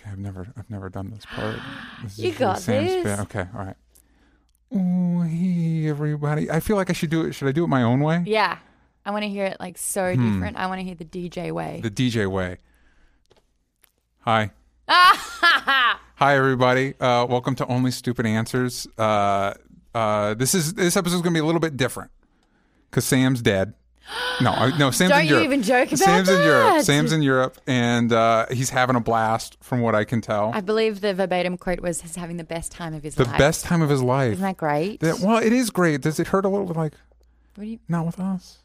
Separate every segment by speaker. Speaker 1: Okay, I've never, I've never done this part. This is
Speaker 2: You
Speaker 1: usually
Speaker 2: got
Speaker 1: Sam's bit.
Speaker 2: this.
Speaker 1: Okay, all right. Oh, hey, everybody! I feel like I should do it. Should I do it my own way?
Speaker 2: Yeah. I want to hear it like so different. I want to hear the DJ way.
Speaker 1: Hmm. The DJ way. Hi. Hi, everybody. Uh, welcome to Only Stupid Answers. Uh, uh, this is this episode's gonna be a little bit different because Sam's dead. No, I- no, Sam's
Speaker 2: Don't
Speaker 1: in
Speaker 2: you
Speaker 1: Europe.
Speaker 2: even joke about
Speaker 1: Sam's in Europe.
Speaker 2: that.
Speaker 1: Sam's in Europe, and uh, he's having a blast, from what I can tell.
Speaker 2: I believe the verbatim quote was he's having the best time of his
Speaker 1: the
Speaker 2: life.
Speaker 1: best time of his life.
Speaker 2: Isn't that great?
Speaker 1: That- well, it is great. Does it hurt a little? bit? Like,
Speaker 2: What do you-
Speaker 1: not with us.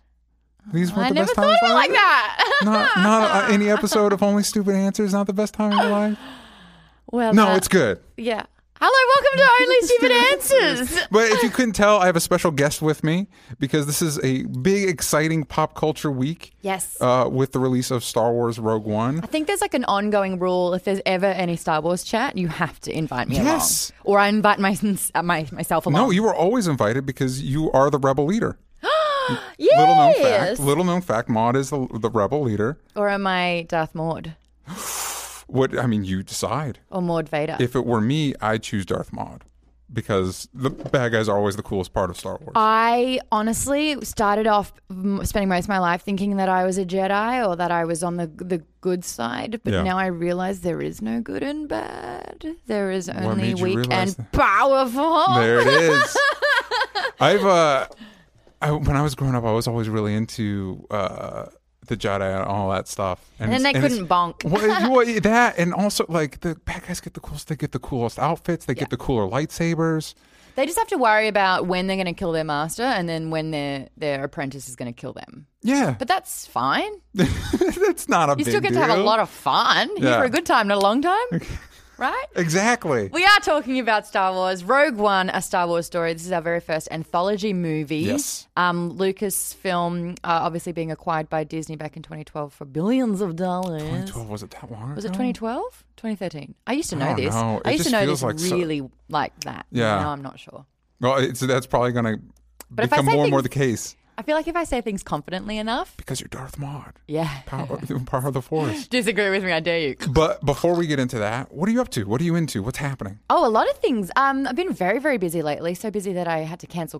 Speaker 1: These were
Speaker 2: I
Speaker 1: the
Speaker 2: never
Speaker 1: best
Speaker 2: thought
Speaker 1: times.
Speaker 2: of it
Speaker 1: of
Speaker 2: like that.
Speaker 1: Not not uh, any episode of Only Stupid Answers. Not the best time of your life.
Speaker 2: well,
Speaker 1: No,
Speaker 2: uh,
Speaker 1: it's good.
Speaker 2: yeah. Hello, welcome to Only Stupid Answers.
Speaker 1: But if you couldn't tell, I have a special guest with me because this is a big, exciting pop culture week.
Speaker 2: Yes.
Speaker 1: Uh, with the release of Star Wars Rogue One.
Speaker 2: I think there's like an ongoing rule. If there's ever any Star Wars chat, you have to invite me
Speaker 1: Yes.
Speaker 2: along, or I invite my, uh, my myself along.
Speaker 1: No, you were always invited because you are the rebel leader.
Speaker 2: yes.
Speaker 1: Little known fact. Little known fact. Maud is the, the rebel leader.
Speaker 2: or am I Darth Maud
Speaker 1: What I mean, you decide.
Speaker 2: or Maud Vader?
Speaker 1: If it were me, I'd choose Darth Maud because the bad guys are always the coolest part of Star Wars.
Speaker 2: I honestly started off m- spending most of my life thinking that I was a Jedi or that I was on the the good side, but
Speaker 1: Yeah.
Speaker 2: now I realize there is no good and bad. There is only
Speaker 1: made you
Speaker 2: weak
Speaker 1: realize
Speaker 2: and
Speaker 1: that?
Speaker 2: powerful.
Speaker 1: There it is. I've uh, I, when I was growing up, I was always really into uh the Jedi and all that stuff.
Speaker 2: And then
Speaker 1: it's-
Speaker 2: they
Speaker 1: it's-
Speaker 2: couldn't bonk.
Speaker 1: Well, well, that and also like the bad guys get the coolest. They get the coolest outfits. They get the cooler lightsabers.
Speaker 2: They just have to worry about when they're going to kill their master and then when their their apprentice is going to kill them.
Speaker 1: Yeah,
Speaker 2: But that's fine.
Speaker 1: that's not a.
Speaker 2: You still get to have a lot of fun. Here
Speaker 1: Yeah.
Speaker 2: for a good time, not a long time. right?
Speaker 1: Exactly.
Speaker 2: We are talking about Star Wars. Rogue One, a Star Wars story. This is our very first anthology movie.
Speaker 1: Yes.
Speaker 2: Um, Lucasfilm, uh, obviously being acquired by Disney back in 2012 for billions of dollars.
Speaker 1: 2012 was it that long?
Speaker 2: Was it
Speaker 1: ago?
Speaker 2: 2012? 2013? I used to
Speaker 1: I
Speaker 2: know
Speaker 1: don't
Speaker 2: this.
Speaker 1: know. It
Speaker 2: I used
Speaker 1: just
Speaker 2: to know
Speaker 1: feels
Speaker 2: this
Speaker 1: like so-
Speaker 2: really like that.
Speaker 1: Yeah.
Speaker 2: Now I'm not sure.
Speaker 1: Well, it's, that's probably going to
Speaker 2: But if I
Speaker 1: become
Speaker 2: say
Speaker 1: more and more
Speaker 2: things-
Speaker 1: the case
Speaker 2: I feel like if I say things confidently enough,
Speaker 1: because you're Darth Maud.
Speaker 2: yeah.
Speaker 1: Power, power of the Force.
Speaker 2: Disagree with me, I dare you.
Speaker 1: But before we get into that, what are you up to? What are you into? What's happening?
Speaker 2: Oh, a lot of things. Um, I've been very, very busy lately. So busy that I had to cancel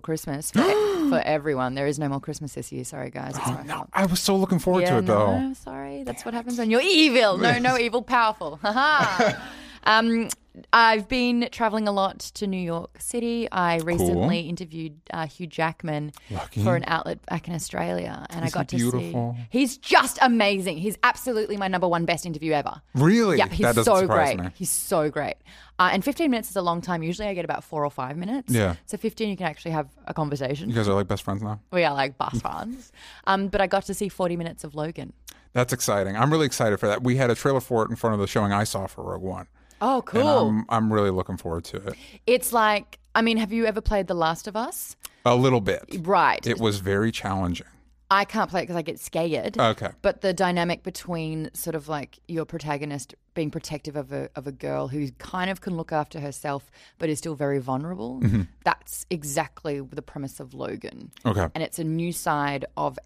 Speaker 2: Christmas for, for everyone. There is no more Christmas this year. Sorry, guys. It's my
Speaker 1: No,
Speaker 2: fault.
Speaker 1: I was so looking forward
Speaker 2: Yeah,
Speaker 1: to it
Speaker 2: no,
Speaker 1: though.
Speaker 2: I'm sorry. That's what happens when you're evil. No, no evil, powerful. Ha-ha. um, I've been traveling a lot to New York City. I recently interviewed uh, Hugh Jackman
Speaker 1: Lucky.
Speaker 2: for an outlet back in Australia, and
Speaker 1: Is he
Speaker 2: I got to
Speaker 1: beautiful?
Speaker 2: see. He's just amazing. He's absolutely my number one best interview ever.
Speaker 1: Really?
Speaker 2: Yeah, he's
Speaker 1: that doesn't
Speaker 2: so
Speaker 1: surprise
Speaker 2: great.
Speaker 1: me.
Speaker 2: He's so great. Uh, and 15 minutes is a long time. Usually I get about four or five minutes.
Speaker 1: Yeah.
Speaker 2: So 15, you can actually have a conversation.
Speaker 1: You guys are like best friends now.
Speaker 2: We are like bus fans. um, but I got to see 40 minutes of Logan.
Speaker 1: That's exciting. I'm really excited for that. We had a trailer for it in front of the showing I saw for Rogue One.
Speaker 2: Oh,
Speaker 1: And um,
Speaker 2: cool.
Speaker 1: I'm, I'm really looking forward to it.
Speaker 2: It's like, I mean, have you ever played The Last of Us?
Speaker 1: A little bit.
Speaker 2: Right.
Speaker 1: It was very challenging.
Speaker 2: I can't play it because I get scared.
Speaker 1: Okay.
Speaker 2: But the dynamic between sort of like your protagonist being protective of a of a girl who kind of can look after herself but is still very vulnerable, that's exactly the premise of Logan.
Speaker 1: Okay.
Speaker 2: And it's a new side of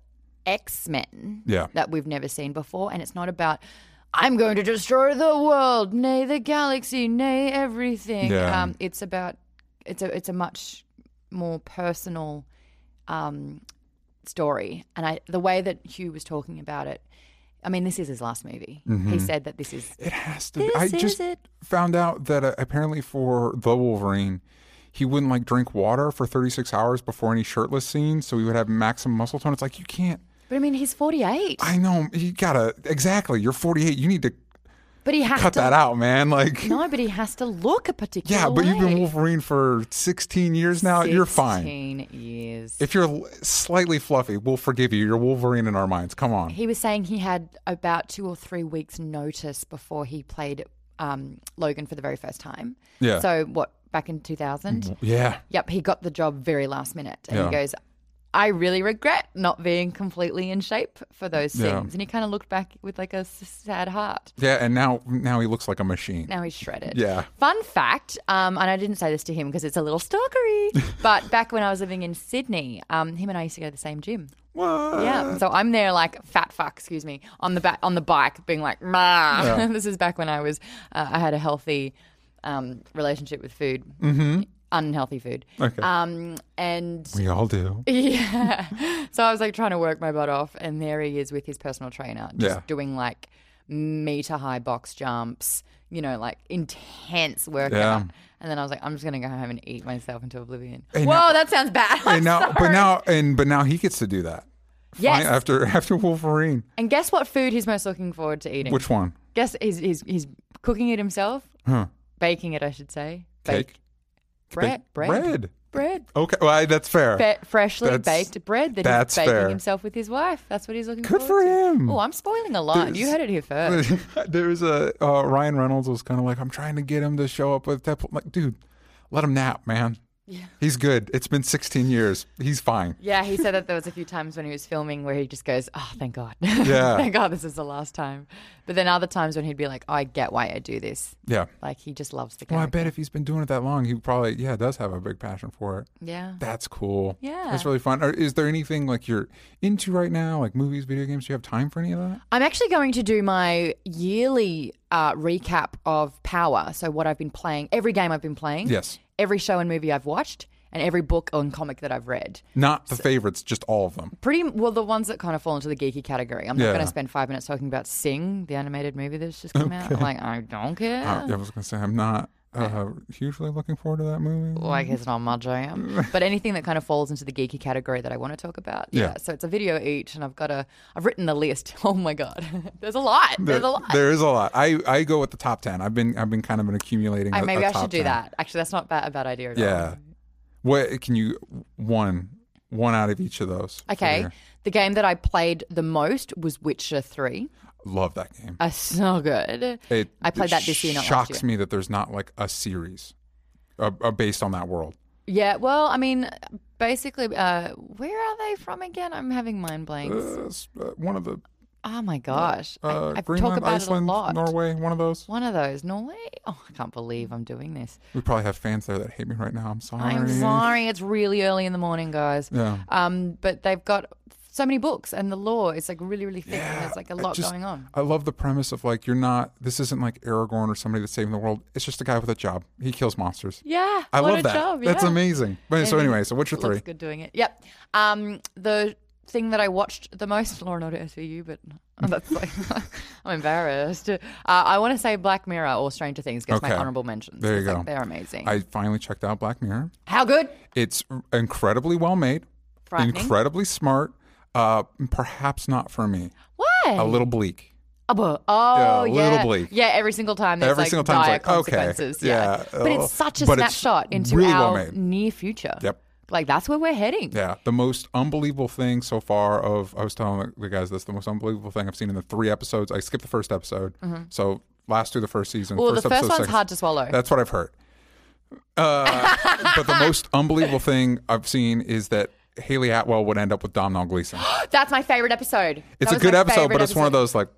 Speaker 2: X Men
Speaker 1: Yeah.
Speaker 2: that we've never seen before. And it's not about I'm going to destroy the world, nay the galaxy, nay everything.
Speaker 1: Yeah.
Speaker 2: Um, it's about it's a it's a much more personal um, story. And I the way that Hugh was talking about it, I mean, this is his last movie. He said that this is
Speaker 1: Mm-hmm. It has to. Be. I just found out that uh, apparently for the Wolverine, he wouldn't like drink water for 36 hours before any shirtless scene, so he would have maximum muscle tone. It's like you can't.
Speaker 2: But I mean he's forty eight.
Speaker 1: I know you gotta exactly. You're 48. You need to
Speaker 2: But he has
Speaker 1: cut
Speaker 2: to
Speaker 1: that out, man. Like
Speaker 2: No, but he has to look a particular
Speaker 1: yeah, but you've been
Speaker 2: way.
Speaker 1: Wolverine for 16 years now. You're fine.
Speaker 2: 16 years.
Speaker 1: If you're l- slightly fluffy, we'll forgive you. You're Wolverine in our minds. Come on.
Speaker 2: He was saying he had about two or three weeks' notice before he played um, Logan for the very first time.
Speaker 1: Yeah.
Speaker 2: So what? Back in 2000.
Speaker 1: Yeah.
Speaker 2: Yep, he got the job very last minute, and
Speaker 1: Yeah.
Speaker 2: he goes, "I really regret not being completely in shape for those things."
Speaker 1: Yeah.
Speaker 2: And he kind of looked back with like a s- sad heart.
Speaker 1: Yeah. And now, now he looks like a machine.
Speaker 2: Now he's shredded.
Speaker 1: Yeah.
Speaker 2: Fun fact, um, and I didn't say this to him because it's a little stalkery, but back when I was living in Sydney, um, him and I used to go to the same gym.
Speaker 1: What?
Speaker 2: Yeah. So I'm there like fat fuck, excuse me, on the back on the bike, being like, "Ma." this is back when I was uh, I had a healthy um, relationship with food, mm-hmm. unhealthy food.
Speaker 1: Okay.
Speaker 2: Um, and
Speaker 1: We all do.
Speaker 2: yeah. so I was like trying to work my butt off, and there he is with his personal trainer, just
Speaker 1: Yeah.
Speaker 2: doing like meter high box jumps, you know, like intense workout.
Speaker 1: Yeah.
Speaker 2: And then I was like, I'm just gonna go home and eat myself into oblivion.
Speaker 1: And
Speaker 2: Whoa,
Speaker 1: now-
Speaker 2: that sounds bad. I'm
Speaker 1: And now, but
Speaker 2: sorry.
Speaker 1: now, and but now he gets to do that.
Speaker 2: yes.
Speaker 1: Fine, After after Wolverine,
Speaker 2: and guess what food he's most looking forward to eating?
Speaker 1: which one?
Speaker 2: guess he's he's, he's cooking it himself,
Speaker 1: Huh.
Speaker 2: baking it, I should say. Bake-
Speaker 1: Cake.
Speaker 2: bread,
Speaker 1: Bake-
Speaker 2: bread,
Speaker 1: Bread.
Speaker 2: bread.
Speaker 1: Okay. Well, I- that's fair.
Speaker 2: Fe- freshly
Speaker 1: That's-
Speaker 2: baked bread that
Speaker 1: that's
Speaker 2: he's baking
Speaker 1: fair.
Speaker 2: himself with his wife. That's what he's looking
Speaker 1: Good for
Speaker 2: forward to.
Speaker 1: him.
Speaker 2: Oh, I'm spoiling a lot. you heard it here first.
Speaker 1: there was a uh, Ryan Reynolds was kind of like, I'm trying to get him to show up with that. pl-" Like, dude, let him nap, man. Yeah. He's good. It's been 16 years. He's fine.
Speaker 2: Yeah, he said that there was a few times when he was filming where he just goes, "Oh, thank God,
Speaker 1: Yeah.
Speaker 2: thank God, this is the last time." But then other times when he'd be like, oh, "I get why I do this."
Speaker 1: Yeah.
Speaker 2: Like he just loves the
Speaker 1: Well, I
Speaker 2: character.
Speaker 1: bet if he's been doing it that long, he probably yeah does have a big passion for it.
Speaker 2: yeah.
Speaker 1: That's cool.
Speaker 2: Yeah.
Speaker 1: that's really fun. Or is there anything like you're into right now, like movies, video games? Do you have time for any of that?
Speaker 2: I'm actually going to do my yearly uh, recap of Power. So what I've been playing, every game I've been playing,
Speaker 1: Yes.
Speaker 2: every show and movie I've watched, and every book and comic that I've read.
Speaker 1: Not the favorites, just all of them.
Speaker 2: Pretty well, the ones that kind of fall into the geeky category. I'm not
Speaker 1: Yeah.
Speaker 2: going to spend five minutes talking about Sing, the animated movie that's just come out. I'm like, I don't care.
Speaker 1: Uh, I was gonna say I'm not uh, hugely looking forward to that movie.
Speaker 2: like it's not my jam. But anything that kind of falls into the geeky category that I want to talk about.
Speaker 1: Yeah.
Speaker 2: Yeah. So it's a video each, and I've got a, I've written the list. Oh my god, there's a lot. There's a lot.
Speaker 1: There is a lot. I, I go with the top ten. I've been I've been kind of been accumulating.
Speaker 2: I,
Speaker 1: a-
Speaker 2: maybe
Speaker 1: a
Speaker 2: I should
Speaker 1: top
Speaker 2: do
Speaker 1: 10.
Speaker 2: that. Um, Actually, that's not bad, a bad idea. At
Speaker 1: Yeah.
Speaker 2: All.
Speaker 1: What can you one one out of each of those? for
Speaker 2: Okay.
Speaker 1: your-
Speaker 2: The game that I played the most was Witcher Three.
Speaker 1: Love that game.
Speaker 2: Uh, so good.
Speaker 1: It
Speaker 2: Uh, I played that this year, not
Speaker 1: shocks
Speaker 2: last year.
Speaker 1: me that there's not like a series, uh, uh, based on that world.
Speaker 2: Yeah. Well, I mean, basically, uh, where are they from again? I'm having mind blanks.
Speaker 1: Uh, s- uh, one of the
Speaker 2: Oh my gosh,
Speaker 1: uh,
Speaker 2: I, I
Speaker 1: Greenland,
Speaker 2: talk about
Speaker 1: Iceland,
Speaker 2: it a lot.
Speaker 1: Norway. One of those.
Speaker 2: One of those, Norway. Oh, I can't believe I'm doing this.
Speaker 1: We probably have fans there that hate me right now. I'm sorry.
Speaker 2: I'm sorry, it's really early in the morning, guys.
Speaker 1: Yeah.
Speaker 2: Um, but they've got so many books, and the law is like really, really thick, and there's like a
Speaker 1: I
Speaker 2: lot
Speaker 1: just-
Speaker 2: going on.
Speaker 1: I love the premise of like you're not. This isn't like Aragorn or somebody that's saving the world. It's just a guy with a job. He kills monsters.
Speaker 2: Yeah,
Speaker 1: I
Speaker 2: what
Speaker 1: love
Speaker 2: a
Speaker 1: that.
Speaker 2: job.
Speaker 1: That's
Speaker 2: yeah.
Speaker 1: amazing. But so anyway, so what's your
Speaker 2: It looks
Speaker 1: three?
Speaker 2: good doing it. Yep. Um, the thing that I watched the most, Law and Order SVU, but oh, that's like I'm embarrassed. Uh, I want to say Black Mirror or Stranger Things gets my
Speaker 1: Okay.
Speaker 2: honorable mentions.
Speaker 1: There you
Speaker 2: It's like
Speaker 1: go.
Speaker 2: they're amazing.
Speaker 1: I finally checked out Black Mirror.
Speaker 2: How good?
Speaker 1: It's r- incredibly well made,
Speaker 2: Frightening.
Speaker 1: incredibly smart. Uh, perhaps not for me.
Speaker 2: Why?
Speaker 1: A little bleak.
Speaker 2: Oh, bu-
Speaker 1: Yeah,
Speaker 2: oh,
Speaker 1: a
Speaker 2: yeah,
Speaker 1: little bleak.
Speaker 2: Yeah, every single time there's
Speaker 1: Every
Speaker 2: like
Speaker 1: single time it's
Speaker 2: dire
Speaker 1: like, okay,
Speaker 2: consequences. yeah.
Speaker 1: yeah,
Speaker 2: but
Speaker 1: oh,
Speaker 2: it's such a
Speaker 1: but it's
Speaker 2: snapshot into
Speaker 1: really well
Speaker 2: our
Speaker 1: made.
Speaker 2: near future.
Speaker 1: Yep.
Speaker 2: Like that's where we're heading.
Speaker 1: Yeah, the most unbelievable thing so far of I was telling the guys this the most unbelievable thing I've seen in the three episodes. I skipped the first episode, so last through the first season.
Speaker 2: Mm-hmm. Well, the first
Speaker 1: episode,
Speaker 2: one's
Speaker 1: second-
Speaker 2: hard to swallow.
Speaker 1: That's what I've heard. Uh, but the most unbelievable thing I've seen is that Haley Atwell would end up with Domhnall Gleeson.
Speaker 2: That's my favorite episode.
Speaker 1: It's
Speaker 2: That
Speaker 1: a
Speaker 2: was
Speaker 1: good
Speaker 2: my
Speaker 1: episode, but
Speaker 2: favorite
Speaker 1: it's one of
Speaker 2: episode.
Speaker 1: those like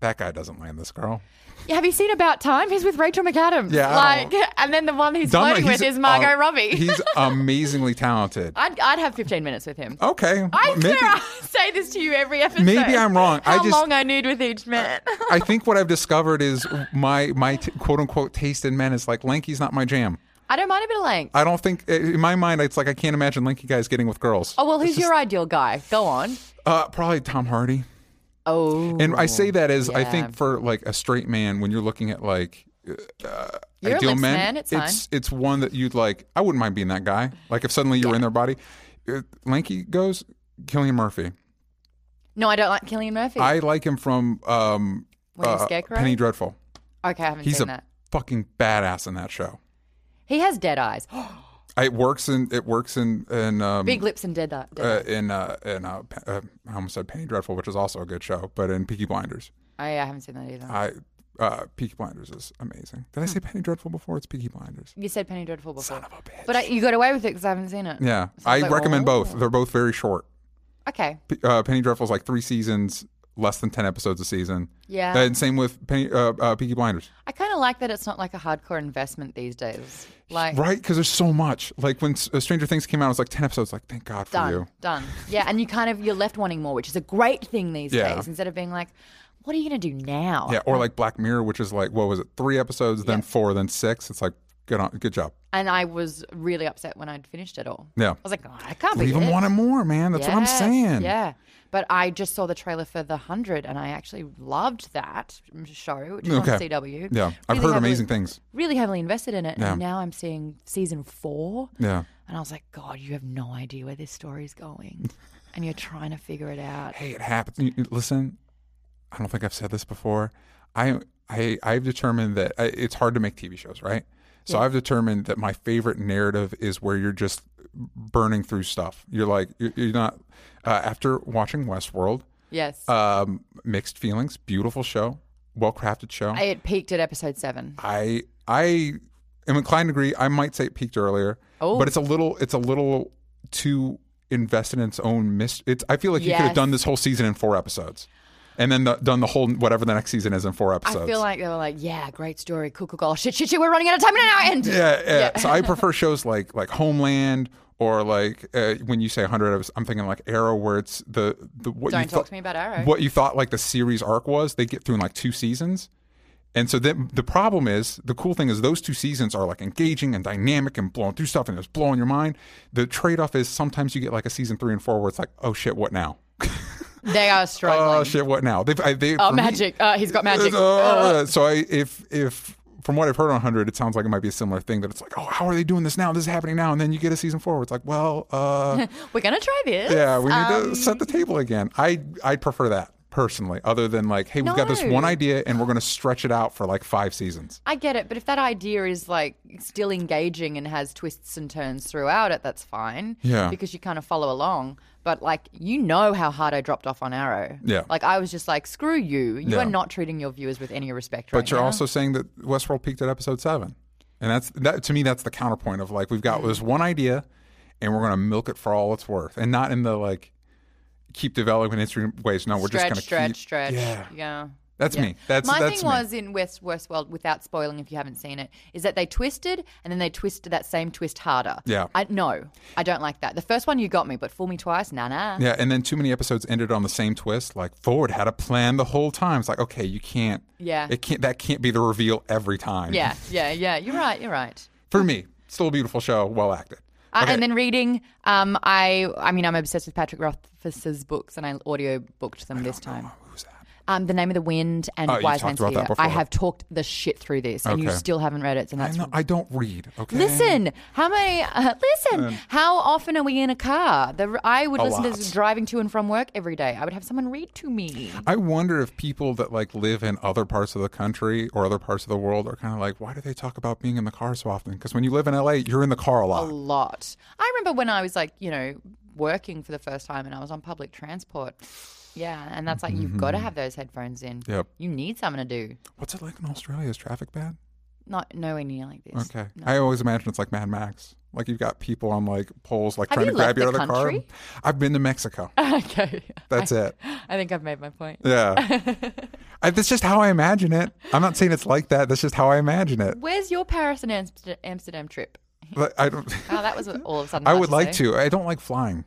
Speaker 1: that guy doesn't land this girl.
Speaker 2: Yeah, Have you seen About Time? He's with Rachel McAdams.
Speaker 1: Yeah, I
Speaker 2: Like,
Speaker 1: don't-
Speaker 2: and then the one he's
Speaker 1: Domhnall-
Speaker 2: flirting with
Speaker 1: he's-
Speaker 2: is Margot
Speaker 1: uh,
Speaker 2: Robbie.
Speaker 1: He's amazingly talented.
Speaker 2: I'd, I'd have 15 minutes with him.
Speaker 1: Okay,
Speaker 2: I
Speaker 1: Oh, maybe
Speaker 2: swear I say this to you every episode.
Speaker 1: maybe I'm wrong. I
Speaker 2: How
Speaker 1: just-
Speaker 2: long I need with each man.
Speaker 1: I think what I've discovered is my my t- quote unquote taste in men is like lanky's not my jam.
Speaker 2: I don't mind a bit of length.
Speaker 1: I don't think in my mind it's like I can't imagine lanky guys getting with girls.
Speaker 2: oh, well, who's your ideal guy? Go on.
Speaker 1: Uh, probably Tom Hardy.
Speaker 2: Oh.
Speaker 1: And I say that as I
Speaker 2: yeah.
Speaker 1: think for like a straight man when you're looking at like uh,
Speaker 2: You're
Speaker 1: ideal
Speaker 2: a lips
Speaker 1: men,
Speaker 2: man. It's,
Speaker 1: it's it's one that you'd like. I wouldn't mind being that guy. Like if suddenly you were in their body, Uh, lanky goes Killian Murphy.
Speaker 2: fine. No, I don't like Killian Murphy.
Speaker 1: I like him from um,
Speaker 2: When he's
Speaker 1: uh,
Speaker 2: Scarecrow?
Speaker 1: Penny Dreadful.
Speaker 2: okay, I haven't
Speaker 1: He's
Speaker 2: seen
Speaker 1: a
Speaker 2: that.
Speaker 1: fucking badass in that show.
Speaker 2: He has dead eyes,
Speaker 1: It works in it works in in um,
Speaker 2: big lips, and dead, eye- dead
Speaker 1: uh, in uh, in uh, Pe- uh, I almost said Penny Dreadful, which is also a good show, but in Peaky Blinders,
Speaker 2: Oh, eyes. I, I haven't seen that either.
Speaker 1: I uh, Peaky Blinders is amazing. Did I
Speaker 2: Hmm.
Speaker 1: say Penny Dreadful before? It's Peaky Blinders.
Speaker 2: You said Penny Dreadful before,
Speaker 1: Son of a bitch.
Speaker 2: but I, you got away with it because I haven't seen it.
Speaker 1: yeah,
Speaker 2: So
Speaker 1: I
Speaker 2: was like,
Speaker 1: recommend
Speaker 2: "Oh."
Speaker 1: both. They're both very short.
Speaker 2: Okay.
Speaker 1: P- uh, Penny Dreadful's like three seasons, less than ten episodes a season.
Speaker 2: Yeah.
Speaker 1: and same with Penny, uh, uh, Peaky Blinders,
Speaker 2: I kind of like that it's not like a hardcore investment these days. Like
Speaker 1: right? Because there's so much. Like when S- uh, Stranger Things came out, it was like ten episodes. Like thank God for
Speaker 2: done,
Speaker 1: you.
Speaker 2: done. Yeah, and you kind of you're left wanting more, which is a great thing these
Speaker 1: Yeah.
Speaker 2: days. Instead of being like, what are you going to do now?
Speaker 1: Yeah, or like Black Mirror, which is like what was it? Three episodes, then four, then six. It's like good on, good job.
Speaker 2: And I was really upset when I'd finished it all.
Speaker 1: Yeah.
Speaker 2: I was like, oh, I can't
Speaker 1: Leave
Speaker 2: be
Speaker 1: them
Speaker 2: it.
Speaker 1: wanting more, man. That's what I'm
Speaker 2: Yes,
Speaker 1: saying.
Speaker 2: Yeah. But I just saw the trailer for The 100 and I actually loved that show, which is on
Speaker 1: Okay.
Speaker 2: CW.
Speaker 1: Yeah, I've
Speaker 2: Really
Speaker 1: heard
Speaker 2: heavily-
Speaker 1: amazing things.
Speaker 2: Really heavily invested in it.
Speaker 1: Yeah.
Speaker 2: And now I'm seeing season four.
Speaker 1: Yeah.
Speaker 2: And I was like, God, you have no idea where this story's going. and you're trying to figure it out.
Speaker 1: Hey, it happens. You- you- Listen, I don't think I've said this before. I I I've determined that I, it's hard to make TV shows, right? So I've determined that my favorite narrative is where you're just burning through stuff. You're like you're, you're not uh, after watching Westworld.
Speaker 2: Yes.
Speaker 1: Um, mixed feelings. Beautiful show. Well crafted show.
Speaker 2: I- it peaked at episode seven.
Speaker 1: I I am inclined to agree. I might say it peaked earlier,
Speaker 2: Oh.
Speaker 1: but it's a little it's a little too invested in its own mist. It's I feel like you could have
Speaker 2: Yes.
Speaker 1: done this whole season in four episodes, and then the, done the whole whatever the next season is in four episodes.
Speaker 2: I feel like they were like, yeah, great story, cool, cool, cool. Oh, Shit, shit, shit, we're running out of time now. End.
Speaker 1: yeah, yeah. so I prefer shows like like Homeland. Or like uh, when you say 100, I was- I'm thinking like Arrow, where it's the the what
Speaker 2: Don't
Speaker 1: you
Speaker 2: talk
Speaker 1: thought-
Speaker 2: to me about Arrow.
Speaker 1: What you thought like the series arc was, they get through in like two seasons, and so then the problem is the cool thing is those two seasons are like engaging and dynamic and blowing through stuff and it's blowing your mind. The trade off is sometimes you get like a season three and four where it's like, oh shit, what now?
Speaker 2: They are struggling.
Speaker 1: Oh shit, what now? They've I, they
Speaker 2: Oh,
Speaker 1: for me-
Speaker 2: magic. Uh, he's got magic.
Speaker 1: uh, so I, if if from what I've heard on Hundred, it sounds like it might be a similar thing. That it's like, oh, how are they doing this now? This is happening now, and then you get a season four. Where it's like, well, uh,
Speaker 2: We're going to try this.
Speaker 1: yeah, we need
Speaker 2: Um,
Speaker 1: to set the table again. I I prefer that personally, other than like, hey, we've got this
Speaker 2: No.
Speaker 1: one idea and we're going to stretch it out for like five seasons.
Speaker 2: I get it, but if that idea is like still engaging and has twists and turns throughout it, that's fine.
Speaker 1: Yeah.
Speaker 2: Because you kind of follow along. But like, you know how hard I dropped off on Arrow.
Speaker 1: Yeah.
Speaker 2: Like, I was just like, screw you. You
Speaker 1: Yeah.
Speaker 2: are not treating your viewers with any respect right
Speaker 1: But you're
Speaker 2: now.
Speaker 1: also saying that Westworld peaked at episode seven, and that's that to me. That's the counterpoint of like we've got this one idea, and we're going to milk it for all it's worth, and not in the like keep developing in ways. No, we're
Speaker 2: stretch,
Speaker 1: just going to
Speaker 2: stretch,
Speaker 1: keep,
Speaker 2: stretch.
Speaker 1: Yeah,
Speaker 2: yeah.
Speaker 1: that's
Speaker 2: Yeah.
Speaker 1: me. That's
Speaker 2: my
Speaker 1: that's
Speaker 2: thing
Speaker 1: me.
Speaker 2: was in West Westworld without spoiling if you haven't seen it is that they twisted and then they twisted that same twist harder.
Speaker 1: Yeah.
Speaker 2: I no, I don't like that. The first one you got me, but fool me twice, nah nah.
Speaker 1: yeah, and then too many episodes ended on the same twist. Like Ford had a plan the whole time. It's like okay, you can't.
Speaker 2: Yeah.
Speaker 1: it can't. That can't be the reveal every time.
Speaker 2: Yeah, yeah, yeah. You're right. You're right.
Speaker 1: for me, still a beautiful show, well acted.
Speaker 2: Uh, And then reading, um, I I mean I'm obsessed with Patrick Rothfuss's books, and I audio booked them this time.
Speaker 1: Who's that?
Speaker 2: Um, the name of the wind and
Speaker 1: Oh, you
Speaker 2: Wise
Speaker 1: talked
Speaker 2: Man's
Speaker 1: about that
Speaker 2: Fear.
Speaker 1: before.
Speaker 2: I have talked the shit through this, and you
Speaker 1: Okay.
Speaker 2: still haven't read it, and
Speaker 1: I,
Speaker 2: that's
Speaker 1: know, I don't read. Okay,
Speaker 2: Listen, how many? Uh, listen, how often are we in a car? The, I would
Speaker 1: A
Speaker 2: listen to
Speaker 1: lot.
Speaker 2: this driving to and from work every day. I would have someone read to me.
Speaker 1: I wonder if people that like live in other parts of the country or other parts of the world are kind of like, why do they talk about being in the car so often? Because when you live in LA, you're in the car a
Speaker 2: A
Speaker 1: lot.
Speaker 2: lot. I remember when I was like, you know, working for the first time, and I was on public transport. Yeah, and that's like you've
Speaker 1: Mm-hmm.
Speaker 2: got to have those headphones in.
Speaker 1: Yep.
Speaker 2: You need something to do.
Speaker 1: What's it like in Australia? Is traffic bad?
Speaker 2: Not nowhere near like this.
Speaker 1: Okay. I always imagine it's like Mad Max. Like you've got people on like poles, like
Speaker 2: Have
Speaker 1: trying
Speaker 2: you
Speaker 1: to grab
Speaker 2: left
Speaker 1: you out
Speaker 2: the
Speaker 1: of the
Speaker 2: country?
Speaker 1: car. I've been to Mexico.
Speaker 2: okay.
Speaker 1: That's it.
Speaker 2: I think I've made my point.
Speaker 1: Yeah. I, that's just how I imagine it. I'm not saying it's like that. That's just how I imagine it.
Speaker 2: Where's your Paris and Amster- Amsterdam trip?
Speaker 1: But I don't.
Speaker 2: Oh, that was all of a sudden.
Speaker 1: I
Speaker 2: hard
Speaker 1: would like
Speaker 2: say.
Speaker 1: to. I don't like flying.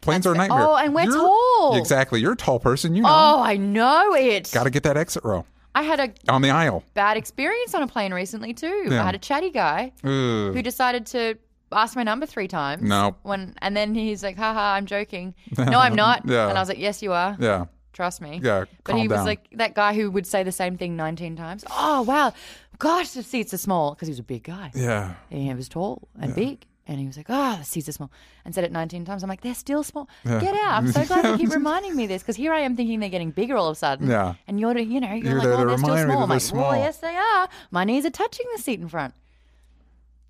Speaker 1: Planes are a
Speaker 2: That's-
Speaker 1: nightmare.
Speaker 2: oh, and we're
Speaker 1: You're-
Speaker 2: tall.
Speaker 1: Exactly. You're a tall person. You know.
Speaker 2: Oh, I know it.
Speaker 1: Got to get that exit row
Speaker 2: I had a
Speaker 1: on the aisle.
Speaker 2: bad experience on a plane recently too.
Speaker 1: Yeah.
Speaker 2: I had a chatty guy
Speaker 1: Ugh.
Speaker 2: who decided to ask my number three times.
Speaker 1: No.
Speaker 2: When and then he's like, haha, I'm joking. no, I'm not.
Speaker 1: Yeah.
Speaker 2: And I was like, Yes, you are.
Speaker 1: Yeah.
Speaker 2: Trust me.
Speaker 1: Yeah,
Speaker 2: But
Speaker 1: calm
Speaker 2: he
Speaker 1: down.
Speaker 2: was like that guy who would say the same thing nineteen times. Oh wow. Gosh, the seats are small because he was a big guy.
Speaker 1: Yeah.
Speaker 2: And he was tall and big. And he was like, oh, the seats are small. And said it 19 times. I'm like, they're still small. Get out. I'm so glad you keep reminding me this because here I am thinking they're getting bigger all of a sudden.
Speaker 1: Yeah.
Speaker 2: And you're, you know, you're,
Speaker 1: You're
Speaker 2: like,
Speaker 1: there
Speaker 2: oh,
Speaker 1: to
Speaker 2: they're still
Speaker 1: remind me that
Speaker 2: small. I'm like,
Speaker 1: they're
Speaker 2: well,
Speaker 1: small.
Speaker 2: yes, they are. My knees are touching the seat in front.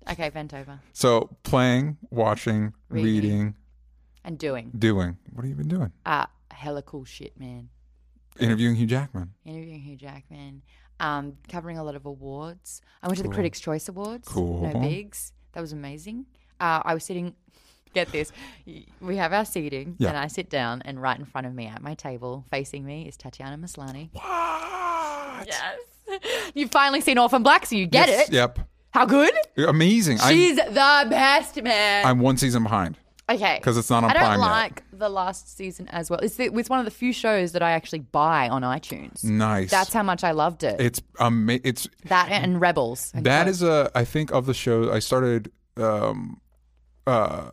Speaker 2: Okay, bent over.
Speaker 1: So playing, watching, reading,
Speaker 2: Reading. And doing.
Speaker 1: doing. What have you been doing?
Speaker 2: Uh, hella cool shit, man.
Speaker 1: Interviewing Hugh Jackman.
Speaker 2: Interviewing Hugh Jackman. um, covering a lot of awards. I went to the Critics' Choice Awards.
Speaker 1: Cool.
Speaker 2: No bigs. That was amazing. Uh, I was sitting. Get this. y- We have our seating,
Speaker 1: Yeah.
Speaker 2: and I sit down, and right in front of me at my table, facing me, is Tatiana Maslany.
Speaker 1: What?
Speaker 2: Yes. You've finally seen Orphan Black, so you get
Speaker 1: Yes,
Speaker 2: it.
Speaker 1: Yep.
Speaker 2: How good?
Speaker 1: Amazing. I'm,
Speaker 2: She's the best, man.
Speaker 1: I'm one season behind.
Speaker 2: okay.
Speaker 1: 'cause it's not on
Speaker 2: I don't
Speaker 1: Prime yet.
Speaker 2: like the last season as well. It's, the, it's one of the few shows that I actually buy on iTunes.
Speaker 1: Nice.
Speaker 2: That's how much I loved it.
Speaker 1: it's um, it's
Speaker 2: that and Rebels. And
Speaker 1: That is a I think of the show I started um uh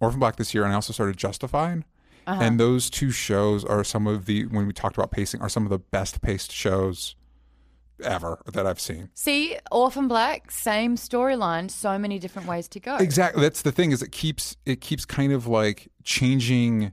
Speaker 1: Orphan Black this year and I also started Justified.
Speaker 2: Uh-huh.
Speaker 1: And those two shows are some of the when we talked about pacing are some of the best paced shows ever that I've seen.
Speaker 2: See, Orphan Black, same storyline, so many different ways to go.
Speaker 1: Exactly. That's the thing is it keeps it keeps kind of like changing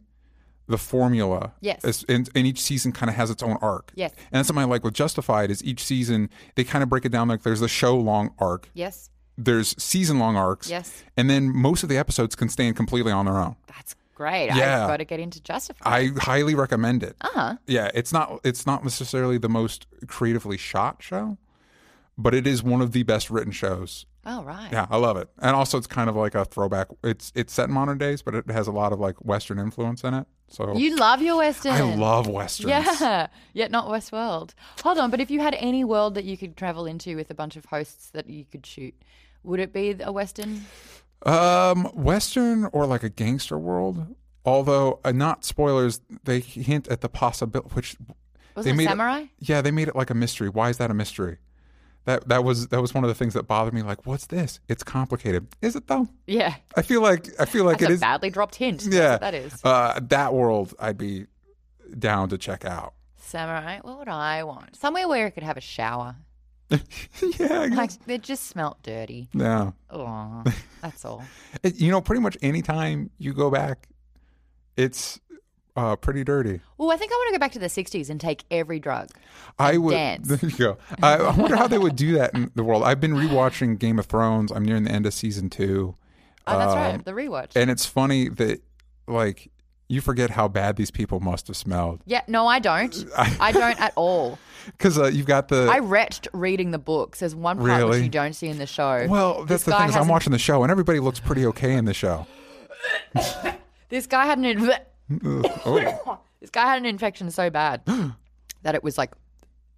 Speaker 1: the formula.
Speaker 2: Yes.
Speaker 1: As- and, and each season kind of has its own arc.
Speaker 2: Yes.
Speaker 1: And that's something I like with Justified is each season they kind of break it down like there's the show long arc.
Speaker 2: Yes,
Speaker 1: there's season long arcs.
Speaker 2: Yes.
Speaker 1: And then most of the episodes can stand completely on their own.
Speaker 2: that's great.
Speaker 1: Yeah.
Speaker 2: I've got to get into Justified.
Speaker 1: I highly recommend it. Uh-huh. Yeah, it's not it's not necessarily the most creatively shot show, but it is one of the best written shows.
Speaker 2: oh, right.
Speaker 1: Yeah, I love it. And also it's kind of like a throwback. It's it's set in modern days, but it has a lot of like western influence in it. So
Speaker 2: You love your Western.
Speaker 1: I love westerns.
Speaker 2: Yeah, yet not Westworld. Hold on, but if you had any world that you could travel into with a bunch of hosts that you could shoot, would it be a Western?
Speaker 1: Um, Western or like a gangster world. Although uh, not spoilers, they hint at the possibility. Which
Speaker 2: Wasn't
Speaker 1: they
Speaker 2: it
Speaker 1: made
Speaker 2: Samurai?
Speaker 1: yeah, they made it like a mystery. Why is that a mystery? That that was that was one of the things that bothered me. Like, what's this? It's complicated. Is it though?
Speaker 2: Yeah,
Speaker 1: I feel like I feel like
Speaker 2: that's
Speaker 1: it
Speaker 2: a
Speaker 1: is.
Speaker 2: badly dropped hint. That's
Speaker 1: yeah,
Speaker 2: what that is
Speaker 1: Uh, that world, I'd be down to check out.
Speaker 2: Samurai. What would I want? Somewhere where I could have a shower.
Speaker 1: yeah, I
Speaker 2: Like
Speaker 1: guess.
Speaker 2: they just smelt dirty.
Speaker 1: yeah.
Speaker 2: Oh, that's all.
Speaker 1: It- you know, pretty much any time you go back, it's uh, pretty dirty.
Speaker 2: Well, I think I want to go back to the 60s and take every drug.
Speaker 1: I would.
Speaker 2: dance.
Speaker 1: There you go. I, I wonder how they would do that in the world. I've been rewatching Game of Thrones. I'm nearing the end of season two,
Speaker 2: Oh, that's
Speaker 1: Um,
Speaker 2: right. The rewatch.
Speaker 1: and it's funny that like you forget how bad these people must have smelled
Speaker 2: yeah, no, I don't. I don't at all.
Speaker 1: because uh, you've got the.
Speaker 2: I retched reading the books. There's one part
Speaker 1: Really?
Speaker 2: which you don't see in the show.
Speaker 1: well, that's
Speaker 2: this
Speaker 1: the
Speaker 2: guy
Speaker 1: thing is I'm
Speaker 2: hasn't-
Speaker 1: watching the show and everybody looks pretty okay in the show.
Speaker 2: This guy had an inv-
Speaker 1: Oh,
Speaker 2: this guy had an infection so bad that it was like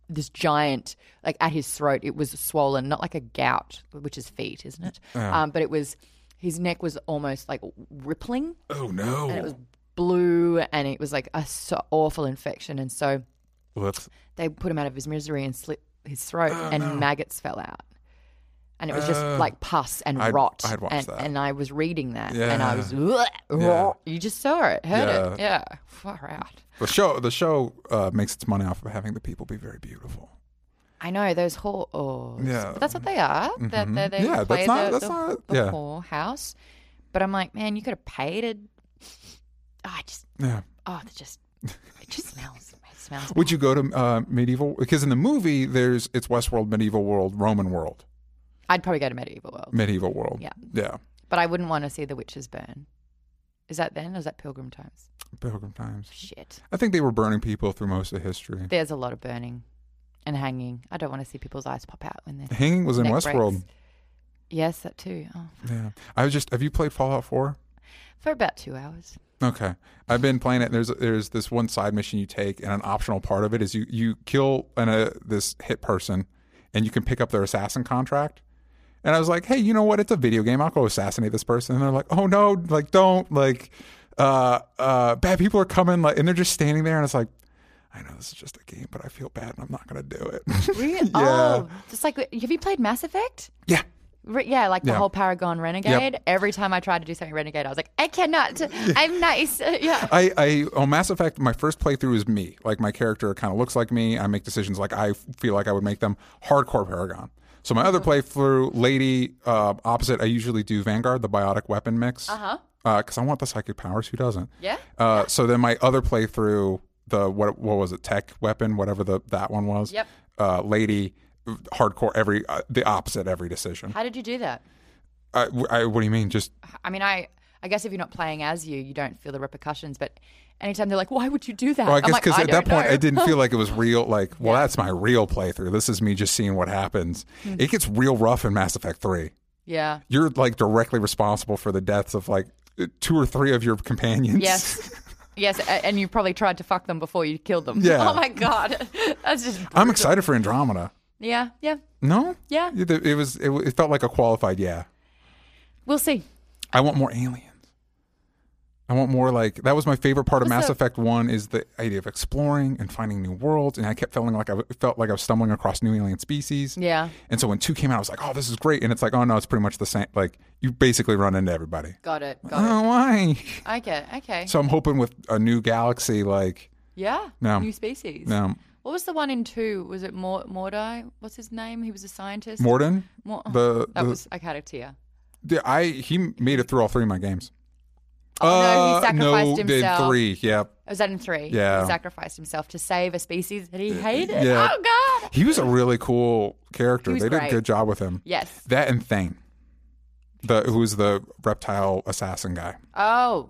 Speaker 2: this giant, like at his throat. It was swollen, not like a gout, which is feet, isn't it? Um, but it was his neck was almost like rippling.
Speaker 1: oh no.
Speaker 2: It was blue, and it was like a so awful infection. And so
Speaker 1: Well, that's-
Speaker 2: they put him out of his misery and slit his throat,
Speaker 1: Oh,
Speaker 2: and maggots fell out. And it was just like pus and
Speaker 1: Uh, I'd-
Speaker 2: rot.
Speaker 1: I'd watch
Speaker 2: and,
Speaker 1: that.
Speaker 2: and I was reading that, and I was,
Speaker 1: Yeah.
Speaker 2: you just saw it, heard it, yeah, far out.
Speaker 1: the show. The show uh, makes its money off of having the people be very beautiful.
Speaker 2: I know those whores.
Speaker 1: Yeah. Mm-hmm.
Speaker 2: but that's what they are. That they, they
Speaker 1: Yeah, that's
Speaker 2: play
Speaker 1: not-
Speaker 2: the,
Speaker 1: that's
Speaker 2: the,
Speaker 1: not-
Speaker 2: the
Speaker 1: yeah.
Speaker 2: whorehouse. But I'm like, man, you could have paid it. Oh, I just,
Speaker 1: Yeah.
Speaker 2: oh, it just, it just smells. It smells.
Speaker 1: Would you go to uh, medieval? Because in the movie, there's it's Westworld, medieval world, Roman world,
Speaker 2: I'd probably go to medieval world.
Speaker 1: medieval world.
Speaker 2: Yeah.
Speaker 1: Yeah.
Speaker 2: But I wouldn't want to see the witches burn. Is that then? Or is that pilgrim times?
Speaker 1: Pilgrim times.
Speaker 2: Shit.
Speaker 1: I think they were burning people through most of history.
Speaker 2: There's a lot of burning and hanging. I don't want to see people's eyes pop out when they're.
Speaker 1: Hanging was in
Speaker 2: Neck
Speaker 1: Westworld.
Speaker 2: breaks. Yes, that too. Oh,
Speaker 1: Yeah. I was just. Have you played Fallout Four?
Speaker 2: for about two hours.
Speaker 1: Okay, I've been playing it. There's there's this one side mission you take, and an optional part of it is you you kill an, uh, this hit person, and you can pick up their assassin contract. And I was like, hey, you know what? It's a video game. I'll go assassinate this person. And they're like, oh no, like don't like, uh, uh, bad people are coming. Like, and they're just standing there, and it's like, I know this is just a game, but I feel bad, and I'm not gonna do it.
Speaker 2: Really?
Speaker 1: Yeah.
Speaker 2: Oh, just like have you played Mass Effect?
Speaker 1: yeah,
Speaker 2: Re- yeah, like the
Speaker 1: Yeah.
Speaker 2: whole Paragon Renegade. Every time I tried to do something Renegade, I was like, I cannot. I'm nice. Yeah.
Speaker 1: I, I on Mass Effect, my first playthrough is me. Like my character kind of looks like me. I make decisions like I feel like I would make them. Hardcore Paragon. So my
Speaker 2: Uh-huh.
Speaker 1: other playthrough, Lady uh, Opposite, I usually do Vanguard, the biotic weapon mix. Uh-huh. Because I want the psychic powers. Who doesn't?
Speaker 2: Yeah.
Speaker 1: Uh, so then my other playthrough, the what what was it? Tech weapon, whatever the that one was.
Speaker 2: Yep.
Speaker 1: Uh, lady, hardcore every uh, the opposite every decision.
Speaker 2: How did you do that?
Speaker 1: I, I, what do you mean? Just
Speaker 2: I mean, I I guess if you're not playing as you, you don't feel the repercussions. But anytime they're like, "Why would you do that?"
Speaker 1: Well, I
Speaker 2: I'm
Speaker 1: guess
Speaker 2: like,
Speaker 1: because
Speaker 2: "I
Speaker 1: at that
Speaker 2: don't
Speaker 1: point
Speaker 2: know."
Speaker 1: it didn't feel like it was real. Like, well, that's my real playthrough. This is me just seeing what happens.
Speaker 2: Hmm.
Speaker 1: It gets real rough in Mass Effect Three.
Speaker 2: yeah.
Speaker 1: You're like directly responsible for the deaths of like uh, two or three of your companions.
Speaker 2: Yes. Yes, a- and you probably tried to fuck them before you killed them.
Speaker 1: Yeah.
Speaker 2: Oh my god, that's just
Speaker 1: I'm excited for Andromeda.
Speaker 2: yeah, yeah.
Speaker 1: No.
Speaker 2: Yeah.
Speaker 1: It, it was. It, it felt like a qualified yeah.
Speaker 2: We'll see.
Speaker 1: I want more aliens. I want more like that was my favorite part of
Speaker 2: What's
Speaker 1: Mass
Speaker 2: the-
Speaker 1: Effect One is the idea of exploring and finding new worlds, and I kept feeling like I w- felt like I was stumbling across new alien species.
Speaker 2: Yeah,
Speaker 1: And so when two came out, I was like, "Oh, this is great!" And it's like, "Oh no, it's pretty much the same." Like you basically run into everybody.
Speaker 2: got it, got
Speaker 1: Oh, why?
Speaker 2: it. Okay, okay.
Speaker 1: So I'm hoping with a new galaxy, like
Speaker 2: yeah,
Speaker 1: No.
Speaker 2: new species.
Speaker 1: um,
Speaker 2: What was the one in two? Was it Mor- Mordai? What's his name? He was a scientist.
Speaker 1: Morden.
Speaker 2: Mor- oh,
Speaker 1: The,
Speaker 2: that
Speaker 1: the-
Speaker 2: was I had a tear.
Speaker 1: the- I he made it through all three of my games.
Speaker 2: Oh, no, he
Speaker 1: Uh,
Speaker 2: sacrificed
Speaker 1: no,
Speaker 2: himself.
Speaker 1: Did three? Yep.
Speaker 2: Was that in three?
Speaker 1: Yeah.
Speaker 2: He sacrificed himself to save a species that he hated.
Speaker 1: yeah.
Speaker 2: Oh god.
Speaker 1: He was a really cool character.
Speaker 2: He was
Speaker 1: They did a
Speaker 2: great.
Speaker 1: good job with him.
Speaker 2: Yes.
Speaker 1: That and Thane, the who's the reptile assassin guy.
Speaker 2: Oh.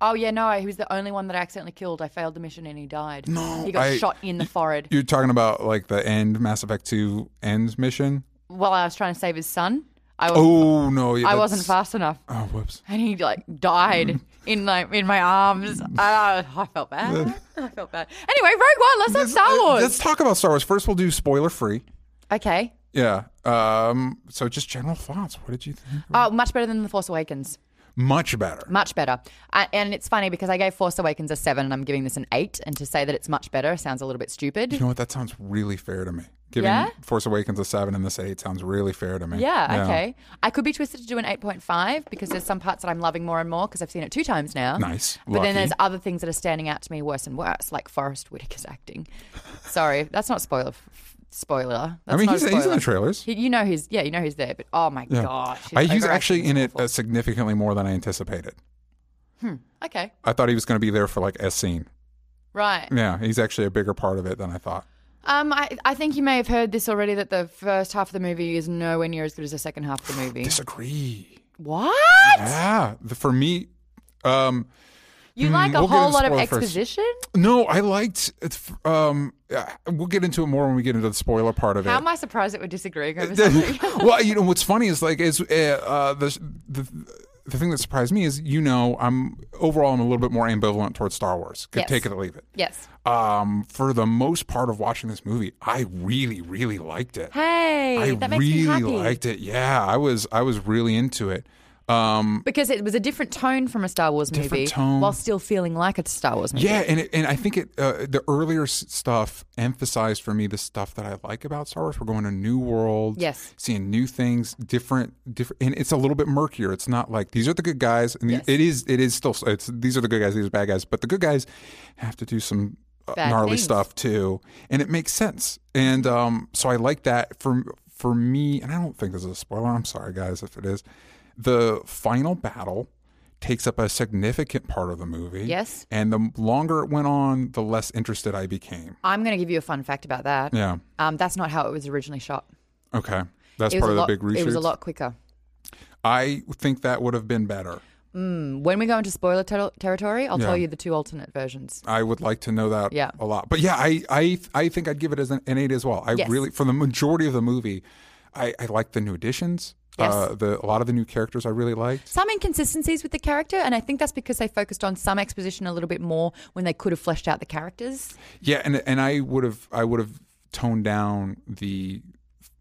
Speaker 2: Oh yeah, no, he was the only one that I accidentally killed. I failed the mission and he died.
Speaker 1: No,
Speaker 2: He got
Speaker 1: I-
Speaker 2: shot in the forehead
Speaker 1: You're talking about like the end Mass Effect Two end mission.
Speaker 2: while I was trying to save his son. I was
Speaker 1: Oh no, yeah,
Speaker 2: I
Speaker 1: that's- Mm.
Speaker 2: wasn't fast enough.
Speaker 1: Oh whoops.
Speaker 2: And he like died in like in my arms. I, I felt bad. I felt bad. Anyway, Rogue One, let's have Star Wars.
Speaker 1: Uh, Let's talk about Star Wars. First, we'll do spoiler free.
Speaker 2: Okay.
Speaker 1: Yeah. Um. So, just general thoughts. What did you think?
Speaker 2: Oh, much better than The Force Awakens.
Speaker 1: Much better.
Speaker 2: Much better. Uh, and it's funny because I gave Force Awakens a seven and I'm giving this an eight. And to say that it's much better sounds a little bit stupid.
Speaker 1: You know what? That sounds really fair to me. Giving
Speaker 2: Yeah?
Speaker 1: Force Awakens a seven and this eight sounds really fair to me.
Speaker 2: yeah, okay. I could be twisted to do an 8.5 because there's some parts that I'm loving more and more because I've seen it two times now.
Speaker 1: Nice.
Speaker 2: But then
Speaker 1: Lucky.
Speaker 2: there's other things that are standing out to me worse and worse, like Forrest Whitaker's acting. Sorry, that's not spoiler. Spoiler. That's
Speaker 1: I mean,
Speaker 2: not
Speaker 1: he's,
Speaker 2: a
Speaker 1: he's in
Speaker 2: spoiler.
Speaker 1: the trailers.
Speaker 2: He- you know he's yeah, you know he's there, but oh my gosh. his
Speaker 1: I, Uh, he's
Speaker 2: overacting
Speaker 1: actually
Speaker 2: is
Speaker 1: in it
Speaker 2: awful.
Speaker 1: uh, significantly more than I anticipated. uh,
Speaker 2: Okay.
Speaker 1: I thought he was going to be there for like a scene.
Speaker 2: Right.
Speaker 1: Yeah, he's actually a bigger part of it than I thought.
Speaker 2: Um, I, I think you may have heard this already that the first half of the movie is nowhere near as good as the second half of the movie.
Speaker 1: Disagree.
Speaker 2: what?
Speaker 1: Yeah, the, for me, um,
Speaker 2: You
Speaker 1: Hmm,
Speaker 2: like a
Speaker 1: we'll get
Speaker 2: whole
Speaker 1: into
Speaker 2: lot of
Speaker 1: spoiler first.
Speaker 2: exposition?
Speaker 1: no, I liked. It's, um, yeah, we'll get into it more when we get into the spoiler part of it.
Speaker 2: How am I surprised that we're disagreeing over something?
Speaker 1: well, you know what's funny is like is uh, uh, the the the thing that surprised me is you know I'm overall I'm a little bit more ambivalent towards Star Wars. Could
Speaker 2: Yes.
Speaker 1: take it or leave it.
Speaker 2: yes.
Speaker 1: Um, for the most part of watching this movie, I really really liked it.
Speaker 2: Hey,
Speaker 1: I
Speaker 2: that makes me
Speaker 1: really
Speaker 2: happy.
Speaker 1: liked it. Yeah, I was I was really into it. Um,
Speaker 2: because it was a different tone from a Star Wars
Speaker 1: Different
Speaker 2: movie
Speaker 1: tone.
Speaker 2: while still feeling like a Star Wars movie.
Speaker 1: yeah, and it, and I think it uh, the earlier s- stuff emphasized for me the stuff that I like about Star Wars. We're going to new worlds,
Speaker 2: Yes.
Speaker 1: seeing new things, different, different, and it's a little bit murkier. It's not like these are the good guys, and
Speaker 2: Yes.
Speaker 1: it is it is still it's these are the good guys, these are the bad guys, but the good guys have to do some uh,
Speaker 2: Bad
Speaker 1: gnarly
Speaker 2: things.
Speaker 1: stuff too, and it makes sense. And um, so I like that for for me, and I don't think this is a spoiler. I'm sorry, guys, if it is. The final battle takes up a significant part of the movie.
Speaker 2: Yes.
Speaker 1: And the longer it went on, the less interested I became.
Speaker 2: I'm going to give you a fun fact about that.
Speaker 1: Yeah.
Speaker 2: Um, that's not how it was originally shot.
Speaker 1: Okay. That's
Speaker 2: It was
Speaker 1: part
Speaker 2: a
Speaker 1: of
Speaker 2: lot,
Speaker 1: the big research.
Speaker 2: It was a lot quicker.
Speaker 1: I think that would have been better.
Speaker 2: When we go into spoiler ter- territory, I'll tell
Speaker 1: Yeah.
Speaker 2: you the two alternate versions.
Speaker 1: I would like to know that
Speaker 2: Yeah.
Speaker 1: a lot. But yeah, I, I I think I'd give it as an, an eight as well. I
Speaker 2: Yes.
Speaker 1: really for the majority of the movie, I, I like the new additions.
Speaker 2: Yes.
Speaker 1: Uh, the a lot of the new characters I really liked.
Speaker 2: Some inconsistencies with the character, and I think that's because they focused on some exposition a little bit more when they could have fleshed out the characters.
Speaker 1: Yeah, and and I would have I would have toned down the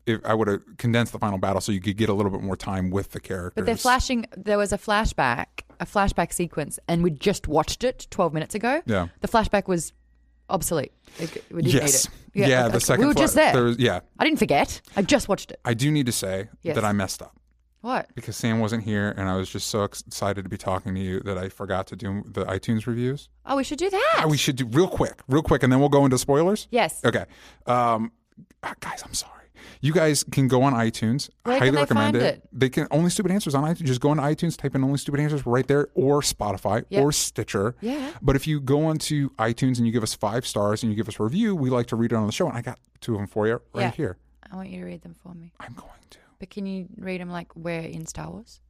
Speaker 1: if I would have condensed the final battle so you could get a little bit more time with the characters.
Speaker 2: But they're flashing. There was a flashback, a flashback sequence, and we just watched it 12 minutes ago.
Speaker 1: Yeah.
Speaker 2: The flashback was obsolete. Like, we didn't
Speaker 1: Yes.
Speaker 2: need it.
Speaker 1: Yeah,
Speaker 2: like,
Speaker 1: the
Speaker 2: like,
Speaker 1: second
Speaker 2: We were
Speaker 1: fla-
Speaker 2: just there.
Speaker 1: there was- yeah.
Speaker 2: I didn't forget. I just watched it.
Speaker 1: I do need to say
Speaker 2: Yes.
Speaker 1: that I messed up
Speaker 2: What?
Speaker 1: because Sam wasn't here and I was just so ex- excited to be talking to you that I forgot to do the iTunes reviews.
Speaker 2: Oh, we should do that.
Speaker 1: Ah, we Uh, should do real quick, real quick, and then we'll go into spoilers.
Speaker 2: yes.
Speaker 1: Okay. Um, ah, guys, I'm sorry. You guys can go on iTunes.
Speaker 2: Where
Speaker 1: highly
Speaker 2: can they
Speaker 1: recommend
Speaker 2: find
Speaker 1: it.
Speaker 2: it?
Speaker 1: They can only stupid answers on iTunes. Just go on iTunes, type in only stupid answers right there, or Spotify
Speaker 2: Yeah.
Speaker 1: or Stitcher.
Speaker 2: Yeah.
Speaker 1: But if you go onto iTunes and you give us five stars and you give us a review, we like to read it on the show. And I got two of them for you right
Speaker 2: Yeah.
Speaker 1: here.
Speaker 2: I want you to read them for me.
Speaker 1: I'm going to.
Speaker 2: But can you read them like where in Star Wars?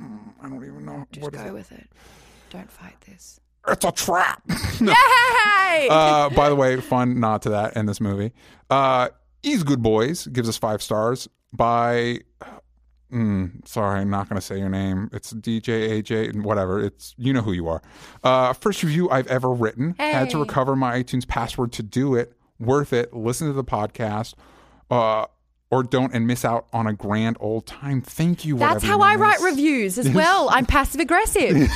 Speaker 1: mm, I don't even know
Speaker 2: Just
Speaker 1: what is
Speaker 2: go
Speaker 1: it.
Speaker 2: with it. Don't fight this.
Speaker 1: It's a trap. No.
Speaker 2: Yay!
Speaker 1: uh, by the way, fun nod to that in this movie. Uh, He's good boys gives us five stars by. Mm, sorry, I'm not going to say your name. It's DJ AJ and whatever. It's you know who you are. Uh, first review I've ever written. Had to
Speaker 2: Hey.
Speaker 1: recover my iTunes password to do it. Worth it. Listen to the podcast. Uh, or don't and miss out on a grand old time. Thank you.
Speaker 2: That's
Speaker 1: whatever
Speaker 2: how
Speaker 1: your
Speaker 2: I
Speaker 1: name
Speaker 2: write
Speaker 1: is.
Speaker 2: reviews as well. I'm passive aggressive.